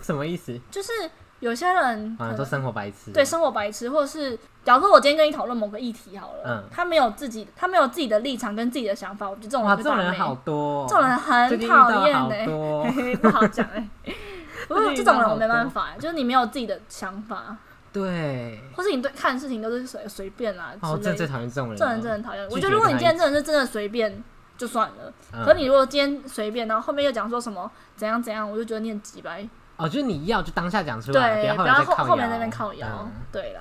[SPEAKER 2] 什么意思？
[SPEAKER 1] 就是。有些人可
[SPEAKER 2] 啊，
[SPEAKER 1] 能
[SPEAKER 2] 说生活白痴，
[SPEAKER 1] 嗯对生活白痴，或者是假如说我今天跟你讨论某个议题好了，
[SPEAKER 2] 嗯
[SPEAKER 1] 他没有自己他没有自己的立场跟自己的想法，我觉得这种
[SPEAKER 2] 哇，
[SPEAKER 1] 人
[SPEAKER 2] 这
[SPEAKER 1] 就
[SPEAKER 2] 种
[SPEAKER 1] 倒霉
[SPEAKER 2] 人好多、哦，
[SPEAKER 1] 这种人
[SPEAKER 2] 最近
[SPEAKER 1] 很
[SPEAKER 2] 遇到
[SPEAKER 1] 讨厌欸
[SPEAKER 2] 好
[SPEAKER 1] 呢，
[SPEAKER 2] 多哦
[SPEAKER 1] 嘿嘿 不好讲 哎、不
[SPEAKER 2] 最
[SPEAKER 1] 过
[SPEAKER 2] 近
[SPEAKER 1] 这
[SPEAKER 2] 遇到
[SPEAKER 1] 种人
[SPEAKER 2] 好
[SPEAKER 1] 我没办
[SPEAKER 2] 多
[SPEAKER 1] 法、就是你没有自己的想法，
[SPEAKER 2] 对，
[SPEAKER 1] 或是你对看事情都是随随便啦、
[SPEAKER 2] 哦，
[SPEAKER 1] 之
[SPEAKER 2] 真
[SPEAKER 1] 类
[SPEAKER 2] 的最
[SPEAKER 1] 的。
[SPEAKER 2] 讨厌这种人了，
[SPEAKER 1] 这种人真的很讨厌。我
[SPEAKER 2] 拒
[SPEAKER 1] 觉
[SPEAKER 2] 绝
[SPEAKER 1] 得如果你
[SPEAKER 2] 跟他
[SPEAKER 1] 今天真的是真的随便就算了，
[SPEAKER 2] 嗯
[SPEAKER 1] 可是你如果今天随便，然后后面又讲说什么怎样怎样，我就觉得念几百，
[SPEAKER 2] 哦，就是你要就当下讲出来，
[SPEAKER 1] 对，
[SPEAKER 2] 不
[SPEAKER 1] 不
[SPEAKER 2] 要
[SPEAKER 1] 要
[SPEAKER 2] 后
[SPEAKER 1] 后后面
[SPEAKER 2] 面
[SPEAKER 1] 那
[SPEAKER 2] 再
[SPEAKER 1] 边
[SPEAKER 2] 靠
[SPEAKER 1] 靠腰，
[SPEAKER 2] 嗯
[SPEAKER 1] 对啦。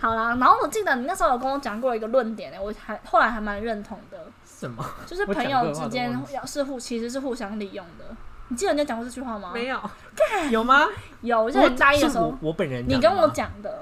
[SPEAKER 1] 好啦，然后我记得你那时候有跟我讲过一个论点、欸，我还后来还蛮认同的，
[SPEAKER 2] 什么？
[SPEAKER 1] 就是
[SPEAKER 2] 我
[SPEAKER 1] 朋
[SPEAKER 2] 讲过
[SPEAKER 1] 友
[SPEAKER 2] 的话
[SPEAKER 1] 之
[SPEAKER 2] 都
[SPEAKER 1] 间
[SPEAKER 2] 忘记
[SPEAKER 1] 要是互其实是互相利用的。你记得人家讲过这句话吗？
[SPEAKER 2] 没有，有吗？
[SPEAKER 1] 有，我记得
[SPEAKER 2] 我
[SPEAKER 1] 你大一的
[SPEAKER 2] 是
[SPEAKER 1] 时候
[SPEAKER 2] 我，我本人
[SPEAKER 1] 你
[SPEAKER 2] 讲
[SPEAKER 1] 跟
[SPEAKER 2] 的
[SPEAKER 1] 我
[SPEAKER 2] 吗，
[SPEAKER 1] 讲的，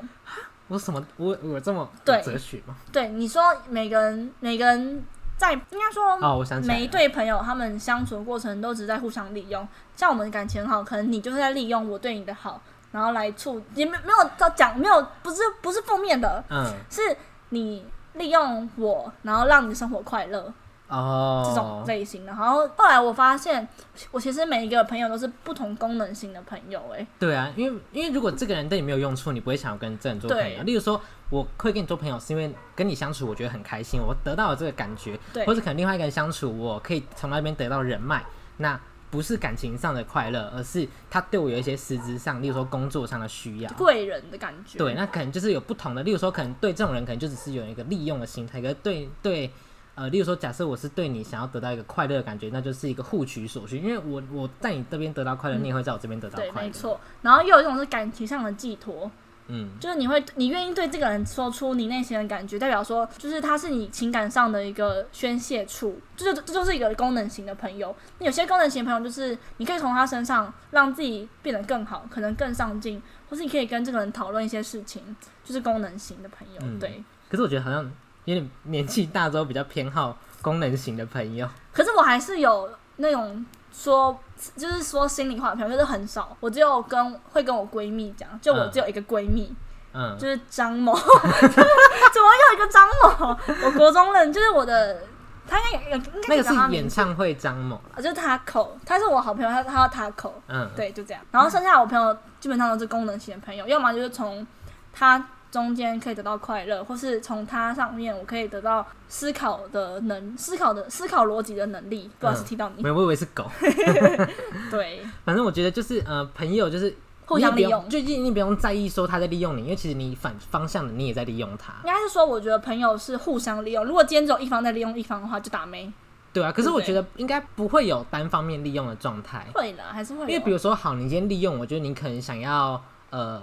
[SPEAKER 2] 我什么，我我这么
[SPEAKER 1] 对
[SPEAKER 2] 有哲学吗？
[SPEAKER 1] 对，你说每个人每个人在应该说
[SPEAKER 2] 哦，我想起来了，
[SPEAKER 1] 每一对朋友他们相处的过程都只是在互相利用。像我们感情很好，可能你就是在利用我对你的好，然后来促也没没有到讲没有不是不是负面的，
[SPEAKER 2] 嗯，
[SPEAKER 1] 是你利用我，然后让你生活快乐
[SPEAKER 2] 哦，
[SPEAKER 1] 这种类型的。然后后来我发现，我其实每一个朋友都是不同功能型的朋友、欸，
[SPEAKER 2] 对啊，因为因为如果这个人对你没有用处，你不会想要跟这人做朋友。
[SPEAKER 1] 对
[SPEAKER 2] 例如说，我会跟你做朋友，是因为跟你相处我觉得很开心，我得到了这个感觉，
[SPEAKER 1] 对
[SPEAKER 2] 或者可能另外一个人相处，我可以从那边得到人脉。那不是感情上的快乐，而是他对我有一些实质上，例如说工作上的需要。
[SPEAKER 1] 贵人的感觉。
[SPEAKER 2] 对，那可能就是有不同的，例如说，可能对这种人，可能就只是有一个利用的心态，可是对对，呃，例如说，假设我是对你想要得到一个快乐的感觉，那就是一个互取所需，因为我我在你这边得到快乐，你也会在我这边得到
[SPEAKER 1] 对，
[SPEAKER 2] 快乐
[SPEAKER 1] 没，错。然后又有一种是感情上的寄托，
[SPEAKER 2] 嗯，
[SPEAKER 1] 就是你会，你愿意对这个人说出你内心的感觉，代表说，就是他是你情感上的一个宣泄处，就是这就是一个功能型的朋友。那有些功能型的朋友，就是你可以从他身上让自己变得更好，可能更上进，或是你可以跟这个人讨论一些事情，就是功能型的朋友。
[SPEAKER 2] 嗯
[SPEAKER 1] 对，
[SPEAKER 2] 可是我觉得好像有点年纪大之后比较偏好功能型的朋友，
[SPEAKER 1] 可是我还是有那种说，就是说心里话的朋友，就是很少，我只有跟会跟我闺蜜讲，就我
[SPEAKER 2] 嗯
[SPEAKER 1] 只有一个闺蜜，
[SPEAKER 2] 嗯，
[SPEAKER 1] 就是张某， 怎么又一个张某？我国中人就是我的，他应该有应该
[SPEAKER 2] 那
[SPEAKER 1] 可
[SPEAKER 2] 个
[SPEAKER 1] 以叫他
[SPEAKER 2] 是
[SPEAKER 1] 名
[SPEAKER 2] 演
[SPEAKER 1] 字，啊
[SPEAKER 2] 唱会张某，
[SPEAKER 1] 就是他口，他是我好朋友，他他叫他口，
[SPEAKER 2] 嗯，，
[SPEAKER 1] 对，就这样。然后剩下我朋友基本上都是功能型的朋友，要么就是从他中间可以得到快乐，或是从他上面我可以得到思考的能思考的思考逻辑的能力，不好意思
[SPEAKER 2] 嗯
[SPEAKER 1] 提到你，
[SPEAKER 2] 没有，我以为是狗，嗯
[SPEAKER 1] 对，
[SPEAKER 2] 反正我觉得就是呃，朋友就是。
[SPEAKER 1] 互
[SPEAKER 2] 你也
[SPEAKER 1] 相
[SPEAKER 2] 不
[SPEAKER 1] 利
[SPEAKER 2] 用
[SPEAKER 1] 用。
[SPEAKER 2] 就你你不用在意说他在利用你，因为其实你反方向的你也在利用他。
[SPEAKER 1] 应该是说，我觉得朋友是互相利用。如果今天只有一方在利用一方的话，就打没
[SPEAKER 2] 对啊，可是我
[SPEAKER 1] 对
[SPEAKER 2] 觉得应该不会有单方面利用的状态，
[SPEAKER 1] 会啦，还是会有。
[SPEAKER 2] 因为比如说，好，你今天利用，我觉得你可能想要呃，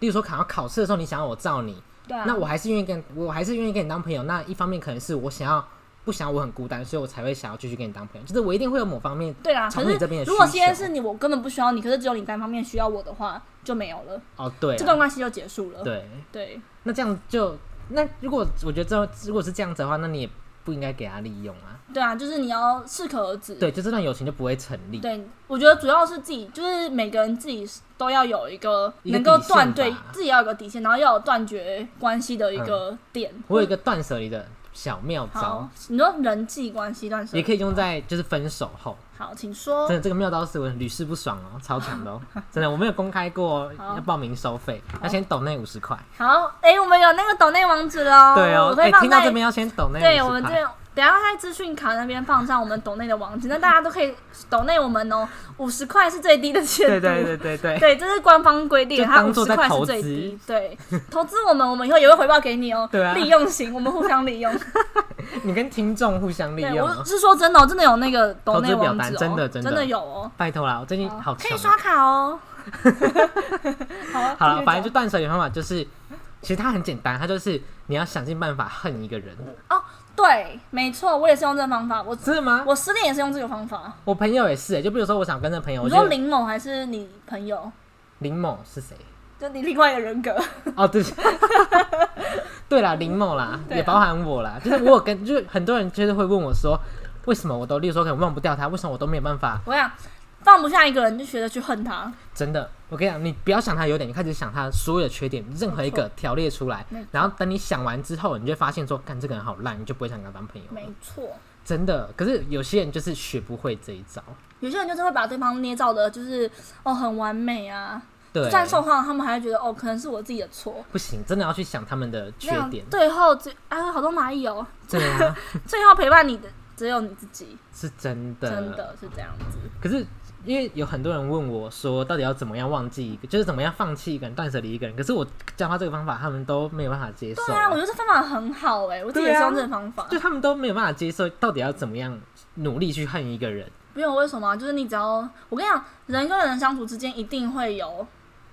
[SPEAKER 2] 例如说考要考试的时候，你想要我罩你，
[SPEAKER 1] 对啊，
[SPEAKER 2] 那我还是愿意跟，我还是愿意跟你当朋友。那一方面可能是我想要不想要我很孤单，所以我才会想要继续跟你当朋友，就是我一定会有某方面
[SPEAKER 1] 对啦，可
[SPEAKER 2] 从
[SPEAKER 1] 是
[SPEAKER 2] 你这边的
[SPEAKER 1] 如果
[SPEAKER 2] 需
[SPEAKER 1] 今天
[SPEAKER 2] 求
[SPEAKER 1] 是你，我根本不需要你，可是只有你单方面需要我的话，就没有了，
[SPEAKER 2] 哦，对
[SPEAKER 1] 这
[SPEAKER 2] 啊、
[SPEAKER 1] 段关系就结束了。
[SPEAKER 2] 对，
[SPEAKER 1] 对
[SPEAKER 2] 那这样就那如果我觉得这如果是这样子的话，那你也不应该给他利用啊，
[SPEAKER 1] 对啊，就是你要适可而止。
[SPEAKER 2] 对，就这段友情就不会成立。
[SPEAKER 1] 对我觉得主要是自己，就是每个人自己都要有一个
[SPEAKER 2] 一个
[SPEAKER 1] 能够
[SPEAKER 2] 底
[SPEAKER 1] 断
[SPEAKER 2] 线吧
[SPEAKER 1] 对自己要有个底线，然后要有断绝关系的一个点。
[SPEAKER 2] 嗯我有一个断舍离的小妙
[SPEAKER 1] 好
[SPEAKER 2] 招，，
[SPEAKER 1] 你说人际关系断舍
[SPEAKER 2] 也
[SPEAKER 1] 离
[SPEAKER 2] 可以用在就是分手后。
[SPEAKER 1] 好，请说
[SPEAKER 2] 真。的，这个妙招是我屡试不爽哦，超 强的哦，真的，我没有公开过
[SPEAKER 1] 好
[SPEAKER 2] 要报名收费，要先抖那五十块。
[SPEAKER 1] 好，哎、我们有那个抖内网址了哦，
[SPEAKER 2] 对哦
[SPEAKER 1] 我，
[SPEAKER 2] 哎
[SPEAKER 1] 会，放
[SPEAKER 2] 听到
[SPEAKER 1] 在
[SPEAKER 2] 这边要先抖那
[SPEAKER 1] 对，我
[SPEAKER 2] 五
[SPEAKER 1] 们
[SPEAKER 2] 十
[SPEAKER 1] 这
[SPEAKER 2] 块。
[SPEAKER 1] 等一下在资讯卡那边放上我们抖内的网址，那大家都可以抖内我们哦。五十块是最低的限
[SPEAKER 2] 对
[SPEAKER 1] 度，
[SPEAKER 2] 对对对 对，
[SPEAKER 1] 对这是官方规定，
[SPEAKER 2] 就
[SPEAKER 1] 它
[SPEAKER 2] 当
[SPEAKER 1] 五
[SPEAKER 2] 作
[SPEAKER 1] 十
[SPEAKER 2] 在
[SPEAKER 1] 块
[SPEAKER 2] 投
[SPEAKER 1] 是
[SPEAKER 2] 资
[SPEAKER 1] 最低。对，投资我们，我们以后也会回报给你哦。
[SPEAKER 2] 对啊
[SPEAKER 1] 利用型，我们互相利用。
[SPEAKER 2] 你跟听众互 相利
[SPEAKER 1] 对，
[SPEAKER 2] 用
[SPEAKER 1] 我
[SPEAKER 2] 哦，
[SPEAKER 1] 是说真的哦，真的有那个抖内
[SPEAKER 2] 投资表
[SPEAKER 1] 网
[SPEAKER 2] 单
[SPEAKER 1] 址哦，
[SPEAKER 2] 真的真
[SPEAKER 1] 真
[SPEAKER 2] 的
[SPEAKER 1] 有哦。
[SPEAKER 2] 拜托啦，我最近好
[SPEAKER 1] 可
[SPEAKER 2] 穷
[SPEAKER 1] 以
[SPEAKER 2] 哦。
[SPEAKER 1] 刷卡 哦。好啊，
[SPEAKER 2] 好
[SPEAKER 1] 继续
[SPEAKER 2] 了，反正就
[SPEAKER 1] 讲
[SPEAKER 2] 断舍离的方法就是，其实它很简单，它就是你要想尽办法恨一个人，
[SPEAKER 1] 哦，对，没错，我也是用这个方法，我
[SPEAKER 2] 真的吗？
[SPEAKER 1] 我失恋也是用这个方法。
[SPEAKER 2] 我朋友也是欸，就比如说我想跟这朋友，
[SPEAKER 1] 你
[SPEAKER 2] 我
[SPEAKER 1] 说
[SPEAKER 2] 就
[SPEAKER 1] 林某还是你朋友？
[SPEAKER 2] 林某是谁？
[SPEAKER 1] 就你另外一个人格。
[SPEAKER 2] 哦，对， 对啦，林某啦，
[SPEAKER 1] 对啊
[SPEAKER 2] 也包含我啦，就是我有跟，就是很多人就是会问我说，为什么我都，例如说可能忘不掉他，为什么我都没有办法？
[SPEAKER 1] 我想放不下一个人，就学着去恨他。
[SPEAKER 2] 真的，我跟你讲，你不要想他优点，你开始想他所有的缺点，任何一个条列出来
[SPEAKER 1] 没错，
[SPEAKER 2] 然后等你想完之后，你就会发现说，干这个人好烂，你就不会想跟他当朋友了
[SPEAKER 1] 没。错，
[SPEAKER 2] 真的，可是有些人就是学不会这一招，
[SPEAKER 1] 有些人就是会把对方捏造的，就是哦很完美啊，
[SPEAKER 2] 对
[SPEAKER 1] 就，算受伤，他们还会觉得哦，可能是我自己的错。
[SPEAKER 2] 不行，真的要去想他们的缺
[SPEAKER 1] 那样
[SPEAKER 2] 点。
[SPEAKER 1] 最后只啊，好多蚂蚁哦，
[SPEAKER 2] 对啊，
[SPEAKER 1] 最后陪伴你的只有你自己，
[SPEAKER 2] 是真的。
[SPEAKER 1] 真的是这样子。
[SPEAKER 2] 可是因为有很多人问我说，到底要怎么样忘记一个，就是怎么样放弃一个人、断舍离一个人。可是我教他这个方法，他们都没有办法接受
[SPEAKER 1] 对啊，我觉得这方法很好哎、我自己也
[SPEAKER 2] 哦对啊
[SPEAKER 1] 是用这个方法。
[SPEAKER 2] 就他们都没有办法接受，到底要怎么样努力去恨一个人？
[SPEAKER 1] 不用为什么啊，就是你只要我跟你讲，人跟人相处之间一定会有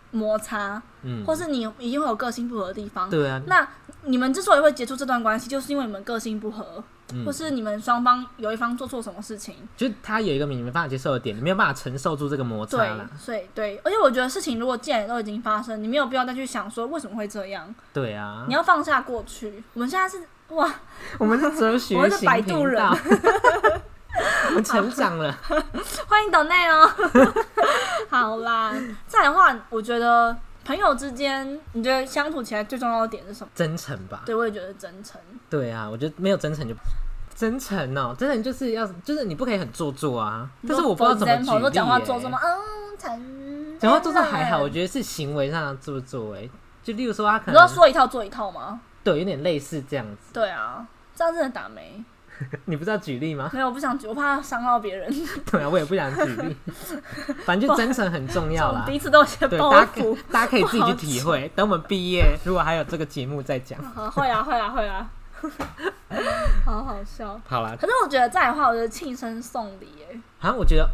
[SPEAKER 1] 摩擦，
[SPEAKER 2] 嗯，
[SPEAKER 1] 或是你一定会有个性不合的地方。
[SPEAKER 2] 对啊，
[SPEAKER 1] 那你们之所以会结束这段关系，就是因为你们个性不合，
[SPEAKER 2] 嗯
[SPEAKER 1] 或是你们双方有一方做错什么事情。
[SPEAKER 2] 就是他有一个你没办法接受的点，你没有办法承受住这个摩擦
[SPEAKER 1] 对
[SPEAKER 2] 啦。，
[SPEAKER 1] 所以对，而且我觉得事情如果既然都已经发生，你没有必要再去想说为什么会这样，
[SPEAKER 2] 对啊
[SPEAKER 1] 你，要放下过去。我们现在是哇，
[SPEAKER 2] 我们是哲学
[SPEAKER 1] 我们是
[SPEAKER 2] 型
[SPEAKER 1] 摆
[SPEAKER 2] 频
[SPEAKER 1] 渡人
[SPEAKER 2] 道， 我们成长了。
[SPEAKER 1] 欢迎岛内 哦。好啦，再来的话，我觉得朋友之间，你觉得相处起来最重要的点是什么？
[SPEAKER 2] 真诚吧？
[SPEAKER 1] 对，我也觉得真诚。
[SPEAKER 2] 对啊，我觉得没有真诚就真诚哦，真诚就是要就是你不可以很做作啊。但是我不知道怎么
[SPEAKER 1] For
[SPEAKER 2] 举
[SPEAKER 1] example，说
[SPEAKER 2] 例、
[SPEAKER 1] 讲话
[SPEAKER 2] 欸。
[SPEAKER 1] 做作吗？嗯，诚。
[SPEAKER 2] 讲话做作还好，我觉得是行为上的做作哎、就例如说他可
[SPEAKER 1] 你说
[SPEAKER 2] 能
[SPEAKER 1] 说一套做一套吗？
[SPEAKER 2] 对有点类似这样子，
[SPEAKER 1] 对啊，这样真的打没？
[SPEAKER 2] 你不知道举例吗？
[SPEAKER 1] 没有，我不想举，我怕伤到别人。
[SPEAKER 2] 对啊，我也不想举 例，反正就真诚很重要
[SPEAKER 1] 我们
[SPEAKER 2] 啦。
[SPEAKER 1] 彼此都有些
[SPEAKER 2] 对，
[SPEAKER 1] 包
[SPEAKER 2] 大家可
[SPEAKER 1] 袱。
[SPEAKER 2] 大家可以自己去体会。等我们毕业，如果还有这个节目再讲。
[SPEAKER 1] 好，会啊，会啊，会啊。 好好笑。
[SPEAKER 2] 好啦，
[SPEAKER 1] 可是我觉得再来的话，我觉得庆生送礼，哎，
[SPEAKER 2] 好像我觉得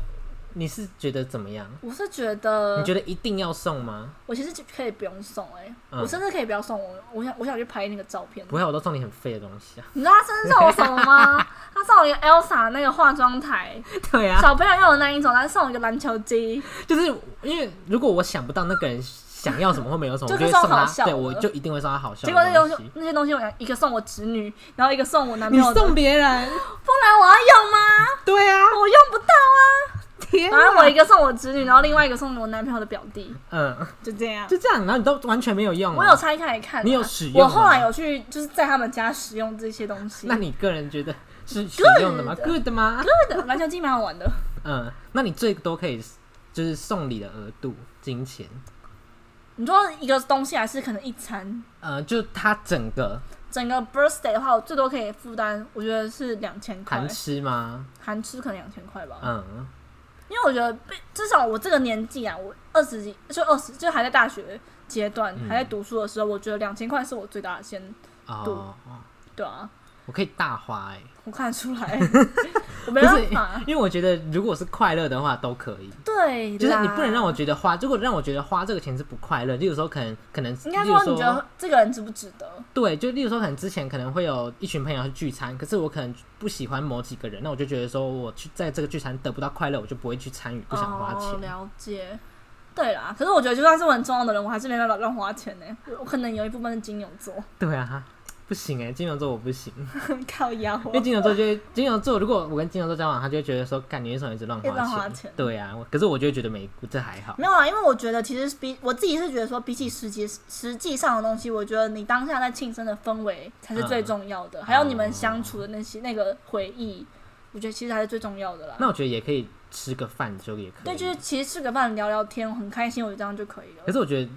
[SPEAKER 2] 你是觉得怎么样？
[SPEAKER 1] 我是觉得，
[SPEAKER 2] 你觉得一定要送吗？
[SPEAKER 1] 我其实就可以不用送哎、
[SPEAKER 2] 嗯
[SPEAKER 1] 我甚至可以不要送我，我想我想去拍那个照片
[SPEAKER 2] 不。会，我都送你很废的东 西啊。
[SPEAKER 1] 你知道他甚至送我什么 吗？他送我一个 Elsa 那个化妆台，
[SPEAKER 2] 对啊，
[SPEAKER 1] 小朋友用的那一种，他送我一个篮球机，
[SPEAKER 2] 就是因为如果我想不到那个人想要什么或没有什么，
[SPEAKER 1] 就
[SPEAKER 2] 我
[SPEAKER 1] 是
[SPEAKER 2] 会
[SPEAKER 1] 送
[SPEAKER 2] 送他
[SPEAKER 1] 好笑，
[SPEAKER 2] 对
[SPEAKER 1] 的
[SPEAKER 2] 我就一定会送他好笑
[SPEAKER 1] 结果那
[SPEAKER 2] 的
[SPEAKER 1] 些
[SPEAKER 2] 东
[SPEAKER 1] 东西
[SPEAKER 2] 西。
[SPEAKER 1] 那些东西，我想一个送我侄女，然后一个送我男朋
[SPEAKER 2] 你
[SPEAKER 1] 友的，
[SPEAKER 2] 送别人，
[SPEAKER 1] 不然我要用吗？
[SPEAKER 2] 对啊，
[SPEAKER 1] 我用不到啊。
[SPEAKER 2] 天
[SPEAKER 1] 反正我一个送我侄女，然后另外一个送我男朋友的表弟，
[SPEAKER 2] 嗯，
[SPEAKER 1] 就这样。
[SPEAKER 2] 就这样，然后你都完全没有用、
[SPEAKER 1] 我有，拆开来看啊、
[SPEAKER 2] 你有使用吗
[SPEAKER 1] 我后来有去就是在他们家使用这些东西。
[SPEAKER 2] 那你个人觉得是实用的吗
[SPEAKER 1] Good
[SPEAKER 2] ？Good 吗？
[SPEAKER 1] 对的，篮球机蛮好玩的。
[SPEAKER 2] 嗯，那你最多可以就是送礼的额度金钱，
[SPEAKER 1] 你说一个东西还是可能一餐？
[SPEAKER 2] 呃，就他整个
[SPEAKER 1] 整个 birthday 的话，我最多可以负担，我觉得是两千块
[SPEAKER 2] 含，吃吗？
[SPEAKER 1] 含吃可能两千块吧。
[SPEAKER 2] 嗯，
[SPEAKER 1] 因为我觉得被，至少我这个年纪啊，我二十几，就二十，就还在大学阶段，
[SPEAKER 2] 嗯
[SPEAKER 1] 还在读书的时候，我觉得两千块是我最大的先，
[SPEAKER 2] 哦
[SPEAKER 1] 度，对啊，
[SPEAKER 2] 我可以大花哎、欸，
[SPEAKER 1] 我看得出 来，我没
[SPEAKER 2] 不
[SPEAKER 1] 办
[SPEAKER 2] 是
[SPEAKER 1] 法，，啊
[SPEAKER 2] 因为我觉得如果是快乐的话都可以。
[SPEAKER 1] 对啦，啊
[SPEAKER 2] 就是你不能让我觉得花，如果让我觉得花这个钱是不快乐，例如说可能可能，
[SPEAKER 1] 应该
[SPEAKER 2] 例如
[SPEAKER 1] 说你觉得这个人值不值得？
[SPEAKER 2] 对，就例如说可能之前可能会有一群朋友去聚餐，可是我可能不喜欢某几个人，那我就觉得说我去在这个聚餐得不到快乐，我就不会去参与，不想花
[SPEAKER 1] 哦，
[SPEAKER 2] 钱。
[SPEAKER 1] 了解。对啦，可是我觉得就算是我很重要的人，我还是没办法乱花钱呢、我我可能有一部分是金牛座，
[SPEAKER 2] 对啊，不行哎、金牛座我不行，
[SPEAKER 1] 靠腰、啊
[SPEAKER 2] 因为金牛座就会金牛座，如果我跟金牛座交往，他就会觉得说，干你为什么一直乱
[SPEAKER 1] 一直
[SPEAKER 2] 花
[SPEAKER 1] 乱
[SPEAKER 2] 钱？
[SPEAKER 1] 花钱
[SPEAKER 2] 对啊，我可是我就会觉得没这还好。
[SPEAKER 1] 没有啊，因为我觉得其实比我自己是觉得说，比起实际实际上的东西，我觉得你当下在庆生的氛围才是最重要
[SPEAKER 2] 哦
[SPEAKER 1] 的，还有你们相处的那些那个回忆，我觉得其实还是最重要的
[SPEAKER 2] 那
[SPEAKER 1] 啦。
[SPEAKER 2] 我觉得也可以吃个饭就也可以。
[SPEAKER 1] 对，就是其实吃个饭聊聊天，很开心，我觉得这样就可以
[SPEAKER 2] 可
[SPEAKER 1] 了。
[SPEAKER 2] 是我觉得